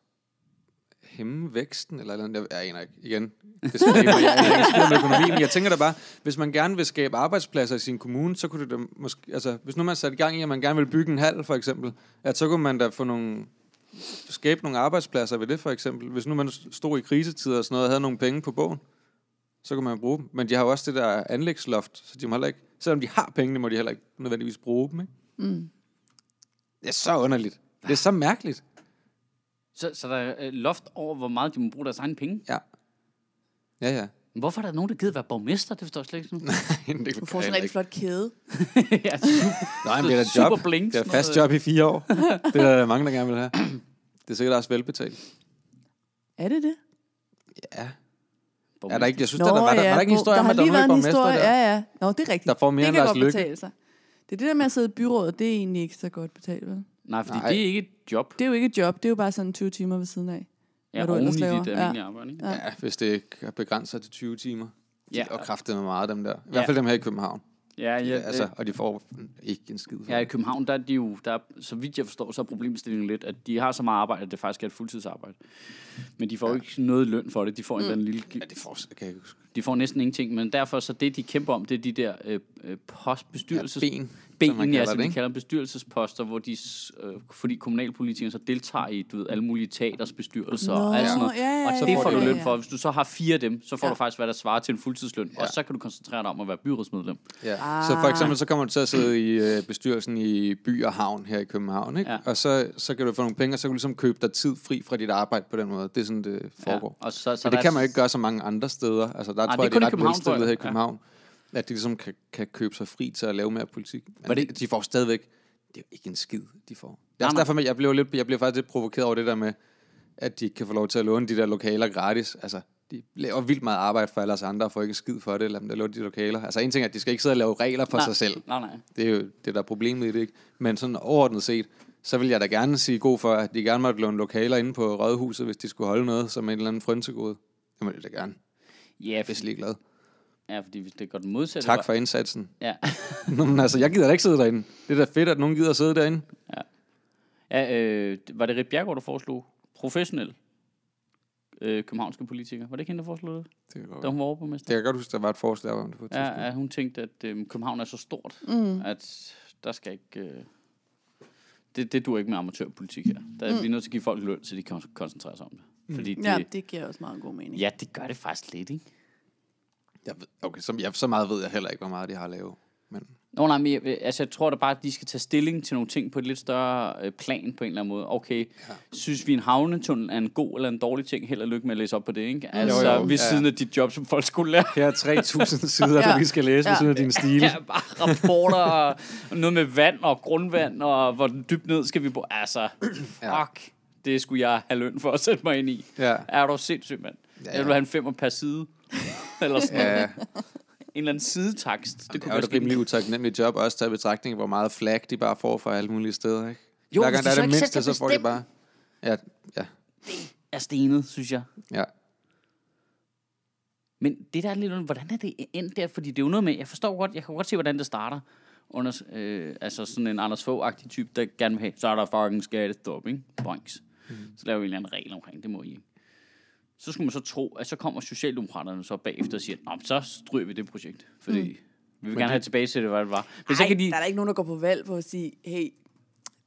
C: hæmme væksten, eller et eller andet. Jeg, jeg aner ikke. Igen, det skal jeg, jeg er ikke ekspert med økonomi, men jeg tænker da bare, hvis man gerne vil skabe arbejdspladser i sin kommune, så kunne det da måske, altså, hvis nu man satte i gang i, at man gerne vil bygge en hal, for eksempel, at så kunne man da få nogle, skabe nogle arbejdspladser ved det, for eksempel. Hvis nu man stod i krisetider og sådan noget, og havde nogle penge på bogen, så kunne man bruge dem. Men de har jo også det der anlægsloft, så de må heller ikke, selvom de har pengene, må de heller ikke nødvendigvis bruge dem, ikke? Mm. Det er så underligt. Det er så mærkeligt.
A: Så, så der er øh, loft over, hvor meget de må bruge deres egen penge.
C: Ja. Ja, ja.
A: Men hvorfor er der nogen, der gider være borgmester? Det forstår jeg slet ikke. Sådan.
C: det
B: Du får sådan en rigtig flot kæde.
A: ja, super,
C: Nej, men det er da
A: super
C: job.
A: blink,
C: det er
A: sådan
C: fast
A: noget.
C: job i fire år. det er der mange, der gerne vil have. Det er sikkert også velbetalt.
B: Er det det?
C: Ja.
A: Borgmester.
C: Er der ikke, jeg synes, Nå, der, var, der, var der ikke en
B: bo-
C: historie om,
B: har
C: at der var
B: lige været
C: nogle
B: en
C: borgmester
B: historie,
C: der?
B: ja, ja. Nå, det er rigtigt.
C: Der får mere
B: det
C: end
B: kan
C: Lars
B: godt
C: Løkke.
B: betale sig. Det er det der med at sidde i byrådet, det er egentlig ikke så godt betalt, vel?
A: Nej, fordi
C: Nej.
A: Nej. det er ikke et job.
B: Det er jo ikke et job, det er jo bare sådan 20 timer ved siden af.
A: Ja,
B: hvad
A: du
B: du
A: oven i
B: ellers
A: dit
B: laver.
A: almindelige
B: Ja.
A: arbejde. Ikke?
C: Ja, hvis det ikke er begrænset til 20 timer.
A: Ja.
C: Ja. Og kraftet med meget, dem der. I
A: Ja.
C: hvert fald dem her i København.
A: Ja, ja,
C: Ja,
A: ja,
C: altså, og de får ikke en skid. for
A: ja, i
C: det.
A: København, der er de jo, der er, så vidt jeg forstår, så er problemstillingen lidt, at de har så meget arbejde, at det faktisk er et fuldtidsarbejde. Men de får jo ikke noget løn for det. De får mm. en eller anden lille
C: Men det får, kan jeg ikke huske.
A: De får næsten ingenting, men derfor så det, de kæmper om, det er de der øh, øh, postbestyrelses...
C: Ja, ben, som man
A: ben, ja,
C: kalder
A: som
C: det,
A: de
C: ikke?
A: kalder bestyrelsesposter, hvor de, s- øh, fordi kommunalpolitikere så deltager i, du ved, alle mulige teaters bestyrelser
B: Nå,
A: og alt sådan noget.
B: ja, ja,
A: og
B: ja,
A: det
C: ja,
A: får du
C: ja,
A: løn
B: ja.
A: for. Hvis du så har fire af dem, så får
B: Ja.
A: du faktisk, hvad der svarer til en fuldtidsløn, ja.
C: Ja.
A: og så kan du koncentrere dig om at være byrådsmedlem.
C: Ja. Ah. Så for eksempel, så kommer du til at sidde i øh, bestyrelsen i By og Havn her i København, ikke?
A: Ja.
C: Ja. Og så, så kan du få nogle penge, og så kan du ligesom købe dig tid fri fra dit arbejde på den måde. Det er sådan, det foregår.
A: Og så, så
C: Men
A: der
C: det
A: er-
C: kan man jo ikke gøre så mange andre steder. Altså, der
A: det
C: Ej,
A: er
C: tror jeg,
A: kun
C: det
A: i
C: er ret
A: København, tror jeg.
C: velstillede her i
A: Ja.
C: København, ja. at de ligesom kan, kan købe sig fri til at lave mere politik. Men
A: det-
C: det... de får stadigvæk, det er jo ikke en skid, de får. Det er også
A: nej.
C: derfor, jeg blev, lidt, jeg blev faktisk lidt provokeret over det der med, at de ikke kan få lov til at låne de der lokaler gratis. Altså, de laver vildt meget arbejde for alle os andre, og får ikke skid for det, eller dem, der låner de lokaler. Altså, en ting er, at de skal ikke sidde og lave regler for
A: nej,
C: sig selv.
A: Nej, nej.
C: Det er jo det, der er problemet i det, ikke? Men sådan overordnet set, så vil jeg da gerne sige god for, at de gerne måtte låne lokaler inde på Rådhuset, hvis de skulle holde noget som en eller anden frønsegode. Det må de da gerne.
A: Ja,
C: Hvis
A: for,
C: ligeglad.
A: ja, fordi hvis det går den modsatte
C: Tak for indsatsen.
A: Ja.
C: Nå, men altså, jeg gider da ikke sidde derinde. Det er da fedt, at nogen gider sidde derinde.
A: ja øh, var det Rit Bjergård, der foreslog professionel øh, københavnske politiker? Var det ikke hende, der foreslog det?
C: Det kan,
A: Da
C: godt.
A: hun var overborgmester?
C: det kan jeg godt huske, der var et forslag om det på et
A: Ja,
C: tidspunkt.
A: at hun tænkte, at øh, København er så stort, mm. at der skal ikke... Øh, det, det dur ikke med amatørpolitik her. Der er mm. vi er nødt til at give folk løn, så de kan koncentrere sig om det. Fordi det,
B: Ja,
A: ja.
B: det giver også meget god mening.
A: ja, det gør det faktisk lidt, ikke?
C: Jeg ved, okay, så, jeg, så meget ved jeg heller ikke, hvor meget de har lavet. Men
A: Nå, nej, men jeg, altså, jeg tror da bare, at de skal tage stilling til nogle ting på et lidt større øh, plan på en eller anden måde. Okay, ja. synes vi en havnetunnel er en god eller en dårlig ting? Held og lykke med at læse op på det, ikke? Altså, jo,
C: jo,
A: jo. ved
C: ja.
A: siden af dit job som folkeskolelærer.
C: her er 3.000 sider, ja. du lige skal læse ja. ved siden af din stil.
A: Ja, bare rapporter og og noget med vand og grundvand, og hvor dybt ned skal vi bo. Altså, fuck. Det skulle jeg have løn for at sætte mig ind i.
C: Ja.
A: Er du sindssyg, mand? Ja,
C: Ja,
A: Jeg vil
C: ja.
A: have en femmer per side. Eller sådan noget.
C: Ja,
A: En eller anden sidetakst. Det
C: det
A: kunne
C: er jo
A: være
C: et
A: skidt.
C: rimelig utaknemmeligt job, også taget i betragtning, hvor meget flag de bare får fra alle mulige steder, ikke?
A: Jo,
C: Hver
A: hvis
C: gang
A: de
C: der er
A: så
C: det
A: ikke selv
C: mindste,
A: kan
C: så får de
A: bestemme.
C: bare... Ja, ja,
A: er stenet, synes jeg.
C: ja.
A: Men det der er lidt under, hvordan er det endt der? Fordi det er jo noget med, jeg forstår godt, jeg kan godt se, hvordan det starter. Under, øh, altså sådan en Anders Fogh-agtig type, der gerne vil have, så er der fucking skattestop, ikke? Boings. Mm. Så laver vi en eller anden regel omkring, det må I ikke. Så skulle man så tro, at så kommer Socialdemokraterne så bagefter og siger, Nå, men så stryger vi det projekt, fordi mm. vi vil gerne have tilbage til det, hvad det var. Men så
B: Ej,
A: kan de,
B: der er da ikke nogen, der går på valg på at sige, hey,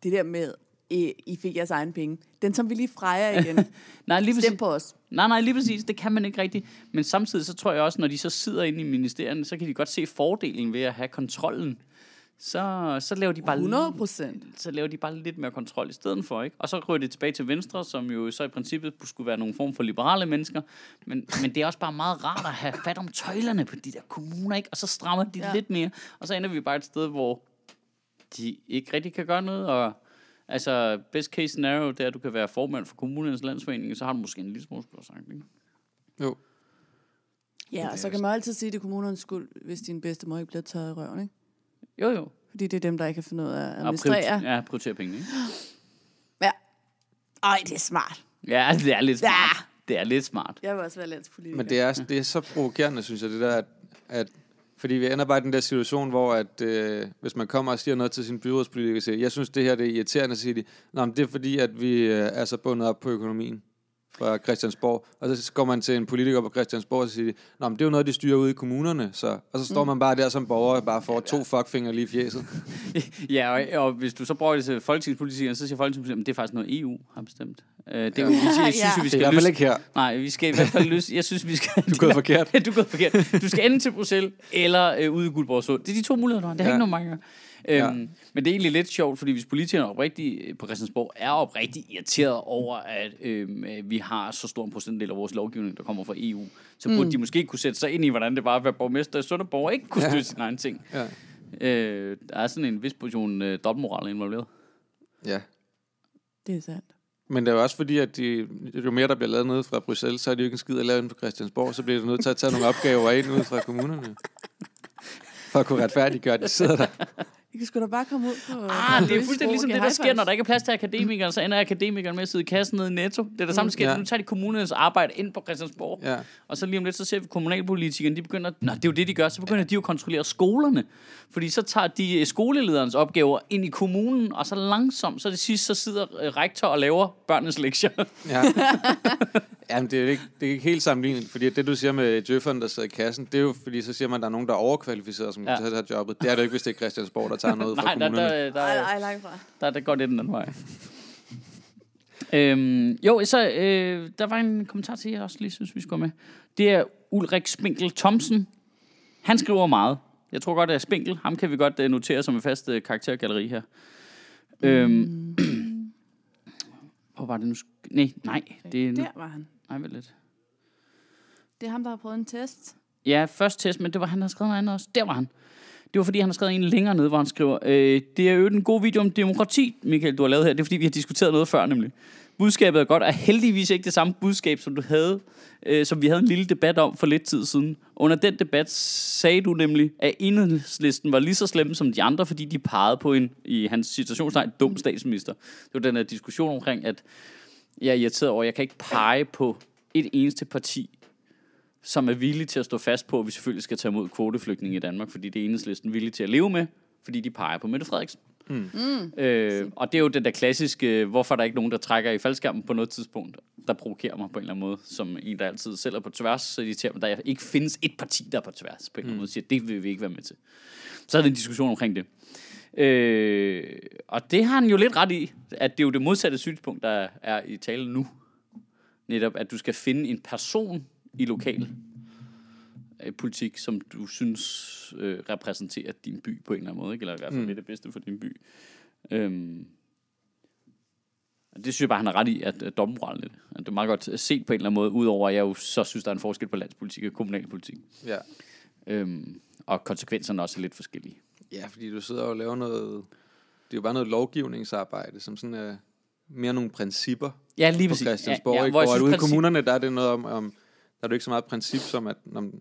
B: det der med, I, I fik jeres egen penge, den som vi lige frejer igen.
A: nej, lige præcis,
B: Stem på os.
A: Nej, nej, lige præcis. Det kan man ikke rigtigt. Men samtidig så tror jeg også, når de så sidder inde i ministerierne, så kan de godt se fordelen ved at have kontrollen. Så, så, laver de bare
B: 100 procent.
A: så laver de bare lidt mere kontrol i stedet for, ikke? Og så ryger det tilbage til Venstre, som jo så i princippet skulle være nogle form for liberale mennesker. Men, men det er også bare meget rart at have fat om tøjlerne på de der kommuner, ikke? Og så strammer de ja.
B: Ja.
A: lidt mere. Og så ender vi bare et sted, hvor de ikke rigtig kan gøre noget, og Altså, best case scenario, det er, at du kan være formand for kommunens landsforening, så har du måske en lille smule sagt, ikke?
C: Jo.
B: Ja, og så kan man altid sige, at det er kommunernes skyld, hvis din bedste mor ikke bliver tørret i røven, ikke?
A: Jo, jo.
B: Fordi det er dem, der ikke kan finde ud af at
A: Og
B: administrere.
A: prioriter- ja, prioritere penge, ikke?
B: Ja. Ej, det er smart.
A: Ja, det er lidt smart. Det er lidt smart.
B: Jeg vil også være landspolitiker.
C: Men det er, det er så provokerende, synes jeg, det der, at, at fordi vi ender bare i den der situation, hvor at, øh, hvis man kommer og siger noget til sin byrådspolitiker, og siger, jeg synes, det her det er irriterende, så siger de, Nå, men det er fordi, at vi øh, er så bundet op på økonomien fra Christiansborg. Og så går man til en politiker på Christiansborg, og så siger de, Nå, men det er jo noget, de styrer ude i kommunerne. Så. Og så står mm. man bare der som borger og bare får to fuckfinger lige i fjeset.
A: ja, og, og, hvis du så bruger det til folketingspolitikerne, så siger folketingspolitikerne, det er faktisk noget EU har bestemt. Øh, det er jo, jeg synes, jeg synes,
B: Ja.
A: jo, vi
C: Det er i
A: skal
C: hvert fald
A: løse-
C: ikke her.
A: Nej, vi skal i hvert fald løse. Jeg synes, vi skal...
C: Du er gået forkert.
A: du er gået forkert. Du skal enten til Bruxelles eller øh, ude i Guldborg Sund. Det er de to muligheder, du har. Det har
C: Ja.
A: ja. ikke nogen mange øhm,
C: Ja.
A: ja. Men det er egentlig lidt sjovt, fordi hvis politikerne oprigtigt på Christiansborg er oprigtigt irriteret over, at øhm, øh, vi har så stor en procentdel af vores lovgivning, der kommer fra EU, så
C: Mm.
A: burde de måske kunne sætte sig ind i, hvordan det var at være borgmester i Sønderborg og ikke kunne støtte ja. sin egen ting.
C: Ja.
A: Øh, der er sådan en vis portion øh, dobbeltmoral involveret.
C: ja.
B: det er sandt.
C: Men det er jo også fordi, at de, jo mere der bliver lavet noget fra Bruxelles, så er det jo ikke en skid at lave ind på Christiansborg, så bliver de nødt til at tage nogle opgaver ind ud fra kommunerne. For at kunne retfærdiggøre, at de sidder der.
B: I kan sgu da bare komme ud på... øh,
A: Ah, det er fuldstændig
B: Østerbro.
A: ligesom det,
B: High
A: der
B: fives.
A: sker, når der ikke er plads til akademikere, så ender akademikerne med at sidde i kassen nede i Netto. Det er der samme, der sker.
C: Ja.
A: Nu tager de kommunernes arbejde ind på Christiansborg.
C: Ja.
A: Og så lige om lidt, så ser vi kommunalpolitikerne, de begynder, nå, det er jo det, de gør, så begynder de jo at kontrollere skolerne. Fordi så tager de øh, skolelederens opgaver ind i kommunen, og så langsomt, så det sidste, så sidder øh, rektor og laver børnenes lektier.
C: Ja. Jamen, det er, jo ikke, det er ikke helt sammenlignet, fordi det, du siger med djøfferen, der sidder i kassen, det er jo fordi, så siger man, at der er nogen, der er overkvalificeret, som ja.
A: Ja.
C: kan tage det her jobbet. Det er det jo ikke, hvis det er Christiansborg, der tager noget fra
A: Nej, der,
C: kommunerne.
A: der, der,
B: Ej,
A: der,
B: ej, langt fra.
A: der, der går det den anden vej. øhm, jo, så øh, der var en kommentar til, jeg også lige synes, vi skulle have med. Det er Ulrik Spinkel Thomsen. Han skriver meget. Jeg tror godt, det er Spinkel. Ham kan vi godt øh, notere som en fast øh, karaktergalleri her. Mm. Øhm, hvor var det nu? sk- Nej, nej. Det er nu.
B: Der var han.
A: Nej, vel lidt.
B: Det er ham, der har prøvet en test.
A: Ja, først test, men det var han, der havde skrevet noget andet også. Der var han. Det var fordi, han har skrevet en længere ned, hvor han skriver, øh, det er jo en god video om demokrati, Michael, du har lavet her. Det er fordi, vi har diskuteret noget før, nemlig. Budskabet er godt, og heldigvis ikke det samme budskab, som du havde, øh, som vi havde en lille debat om for lidt tid siden. Under den debat sagde du nemlig, at enhedslisten var lige så slemme som de andre, fordi de pegede på en, i hans situationstegn, dum statsminister. Det var den her diskussion omkring, at jeg er irriteret over, at jeg kan ikke pege på et eneste parti, som er villige til at stå fast på, at vi selvfølgelig skal tage imod kvoteflygtninge i Danmark, fordi det er enhedslisten villige til at leve med, fordi de peger på Mette Frederiksen. Mm. Øh, og det er jo den der klassiske, hvorfor er der ikke nogen, der trækker i faldskærmen på noget tidspunkt, der provokerer mig på en eller anden måde, som en, der altid selv er på tværs, så irriterer mig, der ikke findes et parti, der er på tværs på en eller anden måde, siger, det vil vi ikke være med til. Så er der en diskussion omkring det. Øh, og det har han jo lidt ret i, at det er jo det modsatte synspunkt, der er i tale nu. Netop, at du skal finde en person i lokal øh, politik, som du synes øh, repræsenterer din by på en eller anden måde, ikke? eller i hvert fald mm. det er det bedste for din by. Øhm, og det synes jeg bare, han har ret i, at, at dommoralen lidt. At det er meget godt set på en eller anden måde, udover at jeg jo så synes, der er en forskel på landspolitik og kommunalpolitik.
C: Ja.
A: Øhm, og konsekvenserne også er lidt forskellige.
C: ja, fordi du sidder og laver noget... Det er jo bare noget lovgivningsarbejde, som sådan er mere nogle principper
A: Ja, lige
C: på
A: præcis.
C: Christiansborg.
A: ja,
C: Ja,
A: ja,
C: ja,
A: hvor
C: hvor
A: jeg
C: at
A: synes,
C: ude i
A: princip-
C: kommunerne, der er det noget om, om der er det ikke så meget princip som, at om,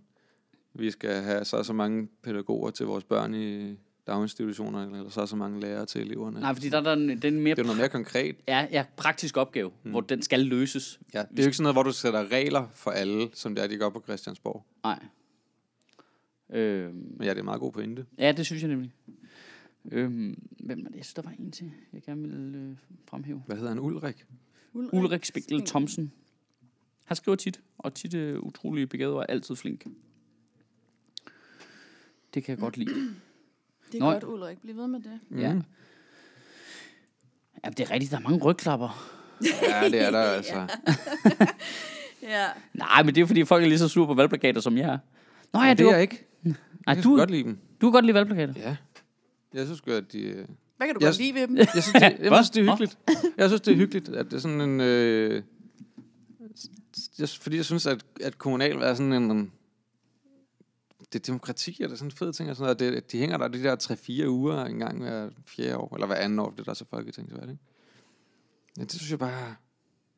C: vi skal have så og så mange pædagoger til vores børn i daginstitutioner, eller så og så mange lærere til eleverne.
A: Nej, fordi der er der en, den mere
C: Det er jo noget mere konkret.
A: ja, ja, praktisk opgave, mm. hvor den skal løses.
C: Ja, det er jo ikke sådan noget, hvor du sætter regler for alle, som det er, de gør på Christiansborg.
A: Nej. Øhm,
C: Men ja, det er en meget god pointe.
A: Ja, det synes jeg nemlig. Øhm, hvem var det? Jeg synes, der var en til, jeg gerne ville øh, fremhæve.
C: Hvad hedder han? Ulrik?
A: Ulrik Spinkel Thomsen. Han skriver tit, og tit øh, utrolig begavet og er altid flink. Det kan jeg godt lide.
B: Det
A: Nå.
B: er godt, Ulrik. Bliv ved med det.
A: Mm. Ja. Jamen, det er rigtigt, der er mange rygklapper.
C: Ja, det er der altså.
B: Ja.
A: Nej, men det er fordi, folk er lige så sure på valgplakater, som jeg er. Nå ja,
C: Ja,
A: det,
C: det er
A: var,
C: jeg ikke.
A: nej,
C: Jeg
A: du,
C: kan godt lide dem.
A: du kan godt lide valgplakater.
C: Ja. Jeg synes godt, at de... øh,
B: Hvad kan du
C: Jeg-
B: godt lide ved dem?
C: Jeg synes, det, jeg
A: Hvad?
C: synes, det er hyggeligt. Jeg synes, det er hyggeligt, at det er sådan en... Øh, jeg, fordi jeg synes, at, at kommunal er sådan en... en- Det er demokrati, og det er sådan en fed ting, og sådan noget. og Det, de hænger der de der 3-4 uger en gang hver fjerde år, eller hver anden år, det er der så folketingsvalg, ikke? Ja, det synes jeg bare,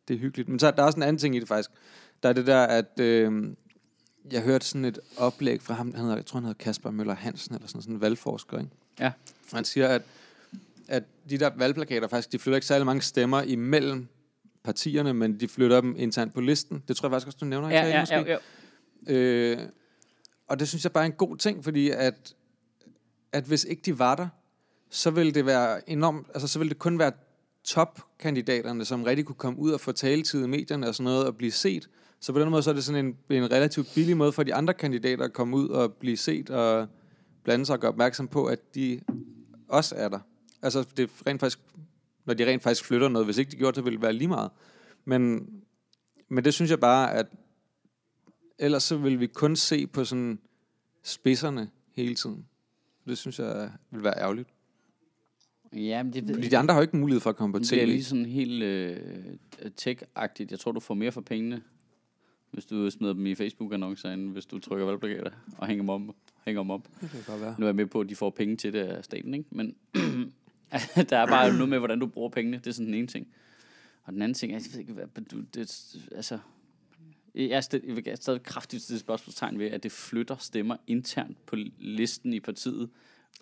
C: det er hyggeligt. Men så er der er også en anden ting i det faktisk. Der er det der, at øh, jeg hørte sådan et oplæg fra ham, han hedder, jeg tror han hedder Kasper Møller Hansen, eller sådan, sådan en valgforsker, ikke?
A: Ja.
C: Han siger, at, at de der valgplakater faktisk, de flytter ikke særlig mange stemmer imellem partierne, men de flytter dem internt på listen. Det tror jeg faktisk også, du nævner. i
A: Ja,
C: talen
A: ja,
C: måske.
A: ja, ja.
C: Øh, og det synes jeg bare er en god ting, fordi at, at hvis ikke de var der, så ville det være enormt, altså så ville det kun være topkandidaterne, som rigtig kunne komme ud og få taletid i medierne og sådan noget og blive set. Så på den måde så er det sådan en, en relativt billig måde for de andre kandidater at komme ud og blive set og blande sig og gøre opmærksom på, at de også er der. Altså det er rent faktisk, når de rent faktisk flytter noget, hvis ikke de gjorde det, så ville det være lige meget. Men, men det synes jeg bare, at ellers så vil vi kun se på sådan spidserne hele tiden. Det synes jeg vil være ærgerligt.
A: ja men det ved
C: Fordi
A: jeg.
C: de andre har jo ikke mulighed for at komme på
A: Det er
C: tv.
A: lige sådan helt øh, tech-agtigt. Jeg tror, du får mere for pengene, hvis du smider dem i Facebook-annoncer, end hvis du trykker valgplakater og hænger dem om. Hænger dem op.
C: Det kan godt være.
A: Nu er jeg med på, at de får penge til det af staten, ikke? Men der er bare noget med, hvordan du bruger pengene. Det er sådan den ene ting. Og den anden ting, er, jeg ved ikke, hvad, du, det, altså, jeg er stadig, jeg vil gerne stadig kraftigt stille spørgsmålstegn ved, at det flytter stemmer internt på listen i partiet.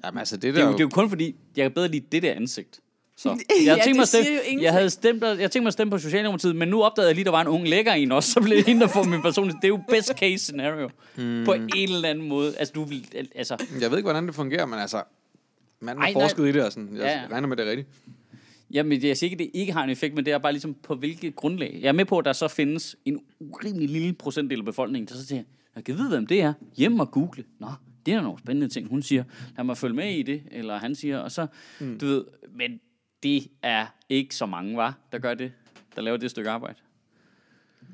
C: Jamen altså, det
A: Det er,
C: der
A: jo, det er jo kun fordi, jeg kan bedre lide det der ansigt. Så. Jeg,
B: Ja,
A: tænkte
B: det
A: mig at stemme,
B: siger jo ingenting.
A: jeg havde stemt, jeg tænkte mig at stemme på Socialdemokratiet, men nu opdagede jeg lige, der var en ung lækker en også, så blev det hende, der får min personlighed. Det er jo best case scenario.
B: Hmm.
A: Mm. På en eller anden måde. Altså, du vil, altså,
C: Jeg ved ikke, hvordan det fungerer, men altså... Man har
A: Ej, nej.
C: forsket i det, og sådan. Jeg
A: Ja, ja.
C: regner med, det er rigtigt.
A: Jamen, jeg siger ikke, at det ikke har en effekt, men det er bare ligesom på hvilket grundlag. Jeg er med på, at der så findes en urimelig lille procentdel af befolkningen, der så siger, jeg kan vide, hvem det er. Hjemme og google. Nå, det er nogle spændende ting, hun siger. Lad mig følge med i det, eller han siger. Og så, mm. du ved, men det er ikke så mange, var, der gør det, der laver det stykke arbejde.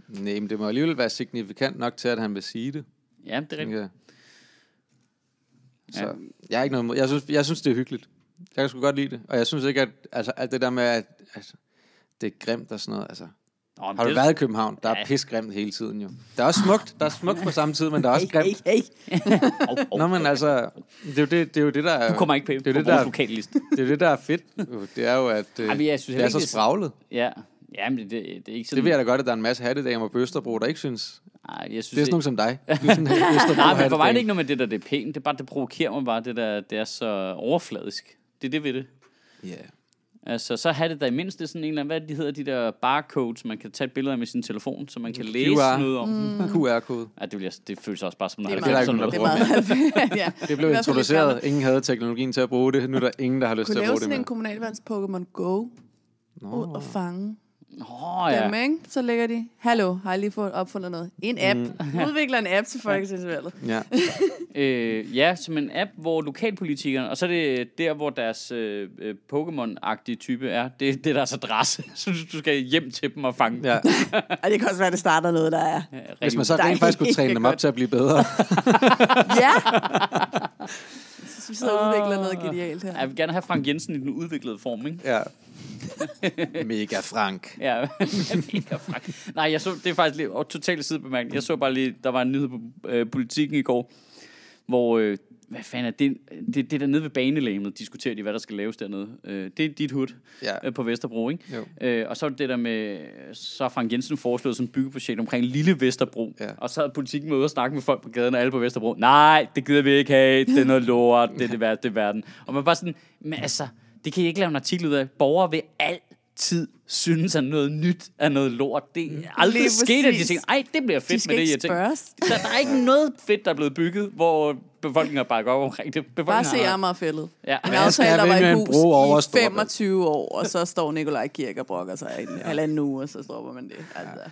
C: Nej, men det må alligevel være signifikant nok til, at han vil sige det.
A: Ja, det er rigtigt.
C: tænker jeg. Så jeg har ikke noget imod. Jeg synes, jeg synes, det er hyggeligt. Jeg kan sgu godt lide det. Og jeg synes ikke, at altså, alt det der med, at altså, det er grimt og sådan noget, altså...
A: Nå, men
C: Har du
A: det-
C: været i København? Der er
A: Ja.
C: ja. pisgrimt hele tiden jo. Der er også smukt. Der er smukt på samme tid, men der er også
B: Hey,
C: grimt.
B: hey.
A: Au, au.
C: Nå, men altså, det er jo det, det, er jo det der er...
A: Du kommer ikke på,
C: det
A: det
C: er jo det,
A: på
C: der,
A: vores
C: er-
A: lokalliste.
C: det, er jo det, der er fedt. jo. Det er jo, at øh,
A: Jamen, jeg synes
C: det
A: heller
C: er
A: ikke,
C: så
A: det er-
C: spraglet.
A: Ja, Jamen, det, det, det er ikke sådan...
C: Det ved jeg da godt, at der er en masse hattedamer på Østerbro, der ikke synes.
A: Ej, jeg synes
C: Det er sådan nogen som dig. Du er sådan en Østerbro
A: Nej, men for mig er det
C: hattedame.
A: ikke noget med det der, det er pænt. Det er bare, det provokerer mig bare, det der, det er så overfladisk. Det er det ved det.
C: Ja.
A: Altså, så har det da i mindste sådan en eller anden, hvad er det, de hedder, de der barcodes, man kan tage et billede af med sin telefon, så man kan læse
C: QR.
A: noget om. Mm.
C: QR-kode.
A: Ja, det, vil jeg, det føles også bare som
B: Det
A: noget.
B: er
C: der
B: meget,
C: ikke
A: sådan
C: nogen,
A: noget.
B: det er
C: bruger
B: meget, ja.
C: Det
B: I
C: blev
B: hvert fald lidt gammelt.
C: introduceret. Ingen havde teknologien til at bruge det. Nu er der ingen, der har lyst til
B: Kunne
C: at
B: lave
C: bruge det
B: sådan en
C: mere.
B: kommunalvalgs Pokémon Go ud og fange
A: Åh,
B: ja.
A: ja.
B: dem, ikke? Så lægger de, hallo, har jeg lige fået opfundet noget? En app. Mm. Udvikler en app til folketingsvalget.
C: Ja.
A: Øh, ja, som en app, hvor lokalpolitikerne, og så er det der, hvor deres øh, øh, Pokémon-agtige type er, det det er deres adresse, så du- du skal hjem til dem og fange
C: ja.
B: Og det kan også være, det starter noget, der er.
A: dem.
C: Hvis man så
B: Der er
C: rent faktisk kunne
B: ikke
C: træne dem op
B: godt.
C: til at blive bedre.
B: Ja! Så vi sidder og udvikler noget genialt her.
A: Jeg vil gerne have Frank Jensen i den udviklede form, ikke?
C: Ja. Mega Frank.
A: Ja, mega fræk. Nej, jeg så, det er faktisk lige, og totalt sidebemærkning. Jeg så bare lige, der var en nyhed på øh, politikken i går, hvor, øh, hvad fanden er det, det, det der nede ved banelæmet, diskuterer de, hvad der skal laves dernede. Øh, det er dit hud
C: Ja.
A: øh, på Vesterbro, ikke?
C: Jo.
A: Øh, og så er det der med, så har Frank Jensen foreslået sådan et byggeprojekt omkring Lille Vesterbro.
C: Ja.
A: Og så havde politikken med ude og snakke med folk på gaden, og alle på Vesterbro, nej, det gider vi ikke have, det er noget lort, det er det værste i verden. Og man bare sådan, men altså, det kan I ikke lave en artikel ud af. Borgere vil altid synes, at noget nyt er noget lort. Det er aldrig
B: Lige
A: sket, at de
B: præcis.
A: tænker, ej, det bliver
B: De
A: fedt
B: skal
A: med det,
B: ikke
A: jeg tænker.
B: spørges.
A: Der, der er ikke noget fedt, der er blevet bygget, hvor befolkningen har bakket op omkring det.
B: Bare
A: Befolkningen
B: se
A: har...
B: Amagerfældet.
A: Ja.
B: En
A: Ja,
C: skal
B: aftale, der
C: vi
B: var
C: med en
B: i hus
C: bro over
B: i
C: Storebælt?
B: 25 år, og så står Nikolaj Kirk og brokker sig i en halvanden uge, og så stopper man det. Altså.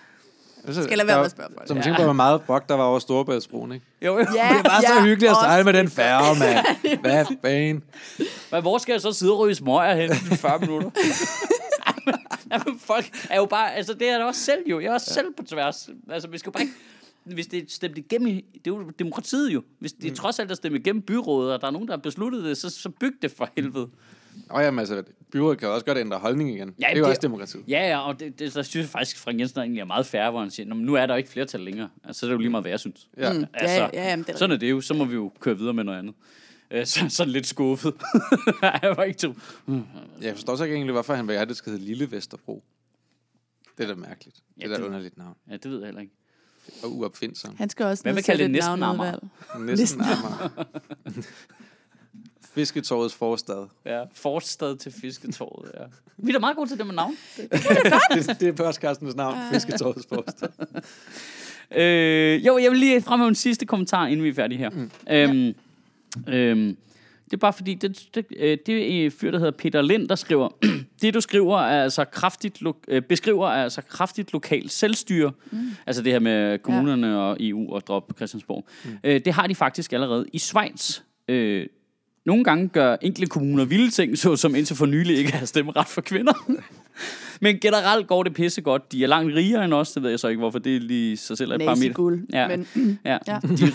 C: Så,
B: Skal lade være med at spørge folk.
C: Som tænker på, hvor meget brok der var over Storebæltsbroen, ikke?
A: Jo, jo.
B: Ja,
C: Det var så hyggeligt at
B: også.
C: sejle med den færge, mand. Hvad fanden?
A: Men hvor skal jeg så sidde og ryge smøger hen i 40 minutter? Jamen, folk er jo bare... Altså, det er jeg da også selv jo. Jeg er også selv på tværs. Altså, vi skal jo bare ikke... Hvis det er stemt igennem... i- Det er jo demokratiet jo. Hvis
B: Mm.
A: det er trods alt er stemt igennem byrådet, og der er nogen, der har besluttet det, så, så byg det for helvede.
C: Nå jamen, altså, byrådet kan jo også godt ændre holdning igen. det er jo også demokratiet.
A: Ja, ja, og det, det, der synes jeg faktisk, at Frank Jensen egentlig er meget færre, hvor han siger, "Nå, men nu er der jo ikke flertal længere. Altså, så er det jo lige meget, hvad jeg synes.
C: Ja. Mm.
A: Altså,
B: ja, jamen, det er
A: sådan er det jo. Så må vi jo køre videre med noget andet. Øh, Så, sådan lidt skuffet. jeg var ikke to.
C: Jeg forstår så ikke egentlig, hvorfor han vil have, at det skal hedde Lille Vesterbro. Det er da mærkeligt. Ja, det
A: Ja,
C: er da
A: det-
C: et underligt navn.
A: Ja, det ved jeg heller ikke.
C: Og uopfindsomt.
B: Han skal også
A: Hvad vil kalde
B: nedsætte
A: det?
B: et
A: Næsten
B: navneudvalg.
C: Næsten Amager. Fisketårets forstad.
A: Ja, forstad til fisketåret, ja. Vi er da meget gode til det med navn.
C: det, det er podcastens navn, Fisketårets forstad.
A: Øh, jo, jeg vil lige fremhæve en sidste kommentar, inden vi er færdige her. Mm. Øhm, øhm, det er bare fordi, det, det, øh, det er en fyr, der hedder Peter Lind, der skriver, det du skriver er altså kraftigt, lo- øh, beskriver er altså kraftigt lokalt selvstyre. Mm. Altså det her med kommunerne ja. og EU og drop Christiansborg. Mm. Øh, det har de faktisk allerede i Schweiz. Øh, nogle gange gør enkelte kommuner vilde ting, såsom indtil for nylig ikke har stemmeret for kvinder. Men generelt går det pisse godt. De er langt rigere end os, det ved jeg så ikke, hvorfor det er lige sig selv er et par
B: Nazigul,
A: Ja.
B: men-
A: ja.
B: Ja.
A: De,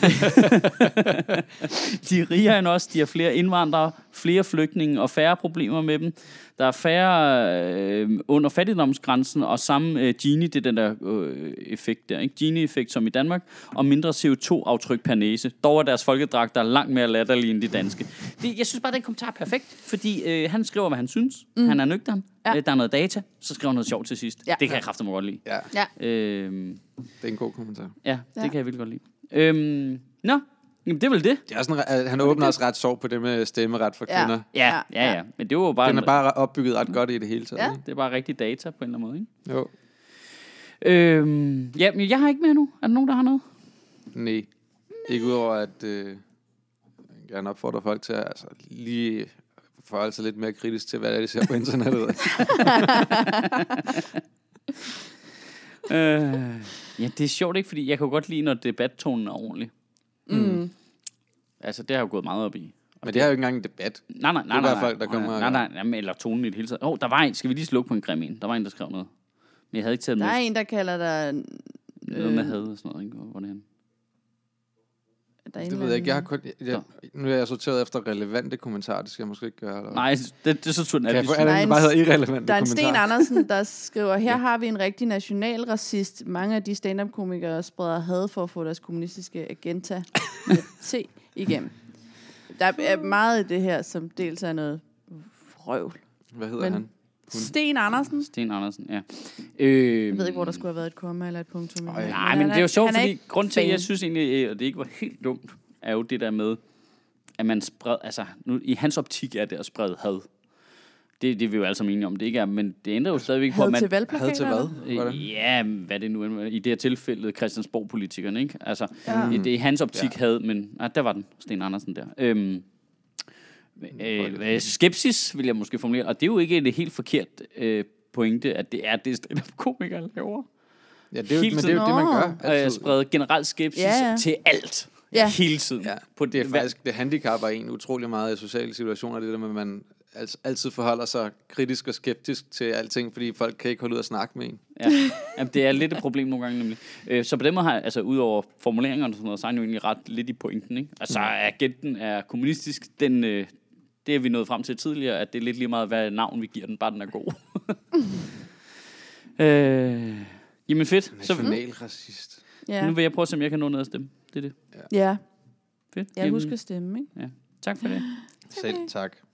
A: de er rigere end os, de har flere indvandrere, flere flygtninge og færre problemer med dem. Der er færre øh, under fattigdomsgrænsen, og samme øh, Gini, det er den der øh, effekt der, ikke? Gini-effekt som i Danmark, og mindre CO2-aftryk per næse. Dog er deres folkedragter langt mere latterlige end de danske. Det, jeg synes bare, den kommentar er perfekt, fordi øh, han skriver, hvad han synes. Mm. Han er nøgteren. Ja.
B: Ja.
A: Øh, der er noget data, så skriver han noget sjovt til sidst. Ja.
B: Ja.
A: Det kan jeg kraftigt godt lide.
C: Ja,
B: Ja.
A: Øhm,
C: det er en god kommentar.
A: ja, det
B: Ja.
A: kan jeg virkelig godt lide. Øhm, nå, jamen, det er vel det.
C: Det er også en, re- altså, han åbner også ret sov på det med stemmeret for
B: Ja.
C: kvinder.
A: Ja, ja, ja. Men det var jo bare,
C: Den er bare opbygget ret godt i det hele taget.
B: Ja.
A: det er bare rigtig data på en eller anden måde, ikke?
C: ikke? Jo.
A: Øhm, ja, men jeg har ikke mere nu. Er der nogen, der har noget?
C: Nej. Ikke udover, at øh, jeg vil gerne opfordrer folk til at altså, lige forholde sig lidt mere kritisk til, hvad det er, de ser på internettet.
A: Øh, ja, det er sjovt, ikke? Fordi jeg kan jo godt lide, når debattonen er ordentlig.
B: Mm.
A: Altså, det har jeg jo gået meget op i.
C: Men det er jo ikke engang en debat.
A: Nej, nej, nej.
C: Det er
A: nej,
C: bare folk, der
A: nej,
C: kommer og
A: Nej,
C: gør.
A: nej, nej, nej eller tonen i det hele taget. Åh, oh, der var en. Skal vi lige slukke på en grim en? Der var en, der skrev noget. Men jeg havde ikke taget
B: Der er
A: noget,
B: en, der kalder dig...
A: noget med had og sådan noget, ikke? Hvor hvor er det henne?
B: Der er en
C: Det ved
B: eller
C: jeg ikke. Jeg har
B: anden-
C: kun, jeg, nu er jeg sorteret efter relevante kommentarer. Det skal jeg måske ikke gøre. Eller? hvad?
A: Nej, det, det, så tog den
C: Kan jeg
A: alt.
C: få, er
B: Der er
C: det
B: en-
C: bare hedder irrelevante
B: Der er en
C: kommentarer?
B: Sten Andersen, der skriver, her har vi en rigtig national racist. Mange af de stand-up-komikere spreder had for at få deres kommunistiske agenda med T igennem. Der er meget i det her, som dels er noget røvl.
C: Hvad hedder
B: Men-
C: han?
B: Sten Andersen.
A: Sten Andersen, ja. Øh,
B: Jeg ved ikke, hvor der skulle have været et komma eller et punktum.
C: Ej,
A: Nej, men det er jo sjovt, fordi grund til, at jeg
B: jeg synes...
A: synes egentlig, øh, og det ikke var helt dumt, er jo det der med, at man spred, altså, nu, i hans optik er det at sprede had. Det, det er vi jo alle sammen enige om, det ikke er, men det ændrer jo stadigvæk på, at
B: Had
A: man...
B: til valgplakaterne.
C: Had til hvad?
A: Øh,
C: Hvordan?
A: Ja, hvad det nu er. I det her tilfælde Christiansborg-politikerne, ikke? Altså, ja. det er hans optik ja. havde, men... Ah, der var den, Sten Andersen der. Øhm, øh, øh, skepsis, vil jeg måske formulere. Og det er jo ikke et helt forkert øh, pointe, at det er det, stand-up-komikere laver.
C: Ja, det er jo,
A: Hele
C: men det er jo det, man gør.
A: Og jeg Øh, sprede generelt skepsis ja,
B: Ja,
A: ja.
B: ja.
A: til alt. Ja.
B: Ja.
A: Hele tiden.
C: Ja,
A: På
C: det er faktisk, det handicapper en utrolig meget i sociale situationer, det der med, at man al- altid forholder sig kritisk og skeptisk til alting, fordi folk kan ikke holde ud at snakke med en.
A: Ja. Jamen, det er lidt et problem nogle gange nemlig. Øh, så på den måde har jeg, altså udover formuleringerne og sådan noget, så er han jo egentlig ret lidt i pointen. Ikke? Altså
C: Mm.
A: agenten er kommunistisk, den, øh, det er vi nået frem til tidligere, at det er lidt lige meget, hvad navn vi giver den, bare den er god. øh, jamen fedt. Så,
C: National racist.
A: nu
B: Mm. Ja,
A: vil jeg prøve at se, om jeg kan nå ned og stemme. Det er det.
B: ja.
A: Fedt.
B: jeg husker stemme, ikke?
A: Ja. Tak for det.
C: Selv tak.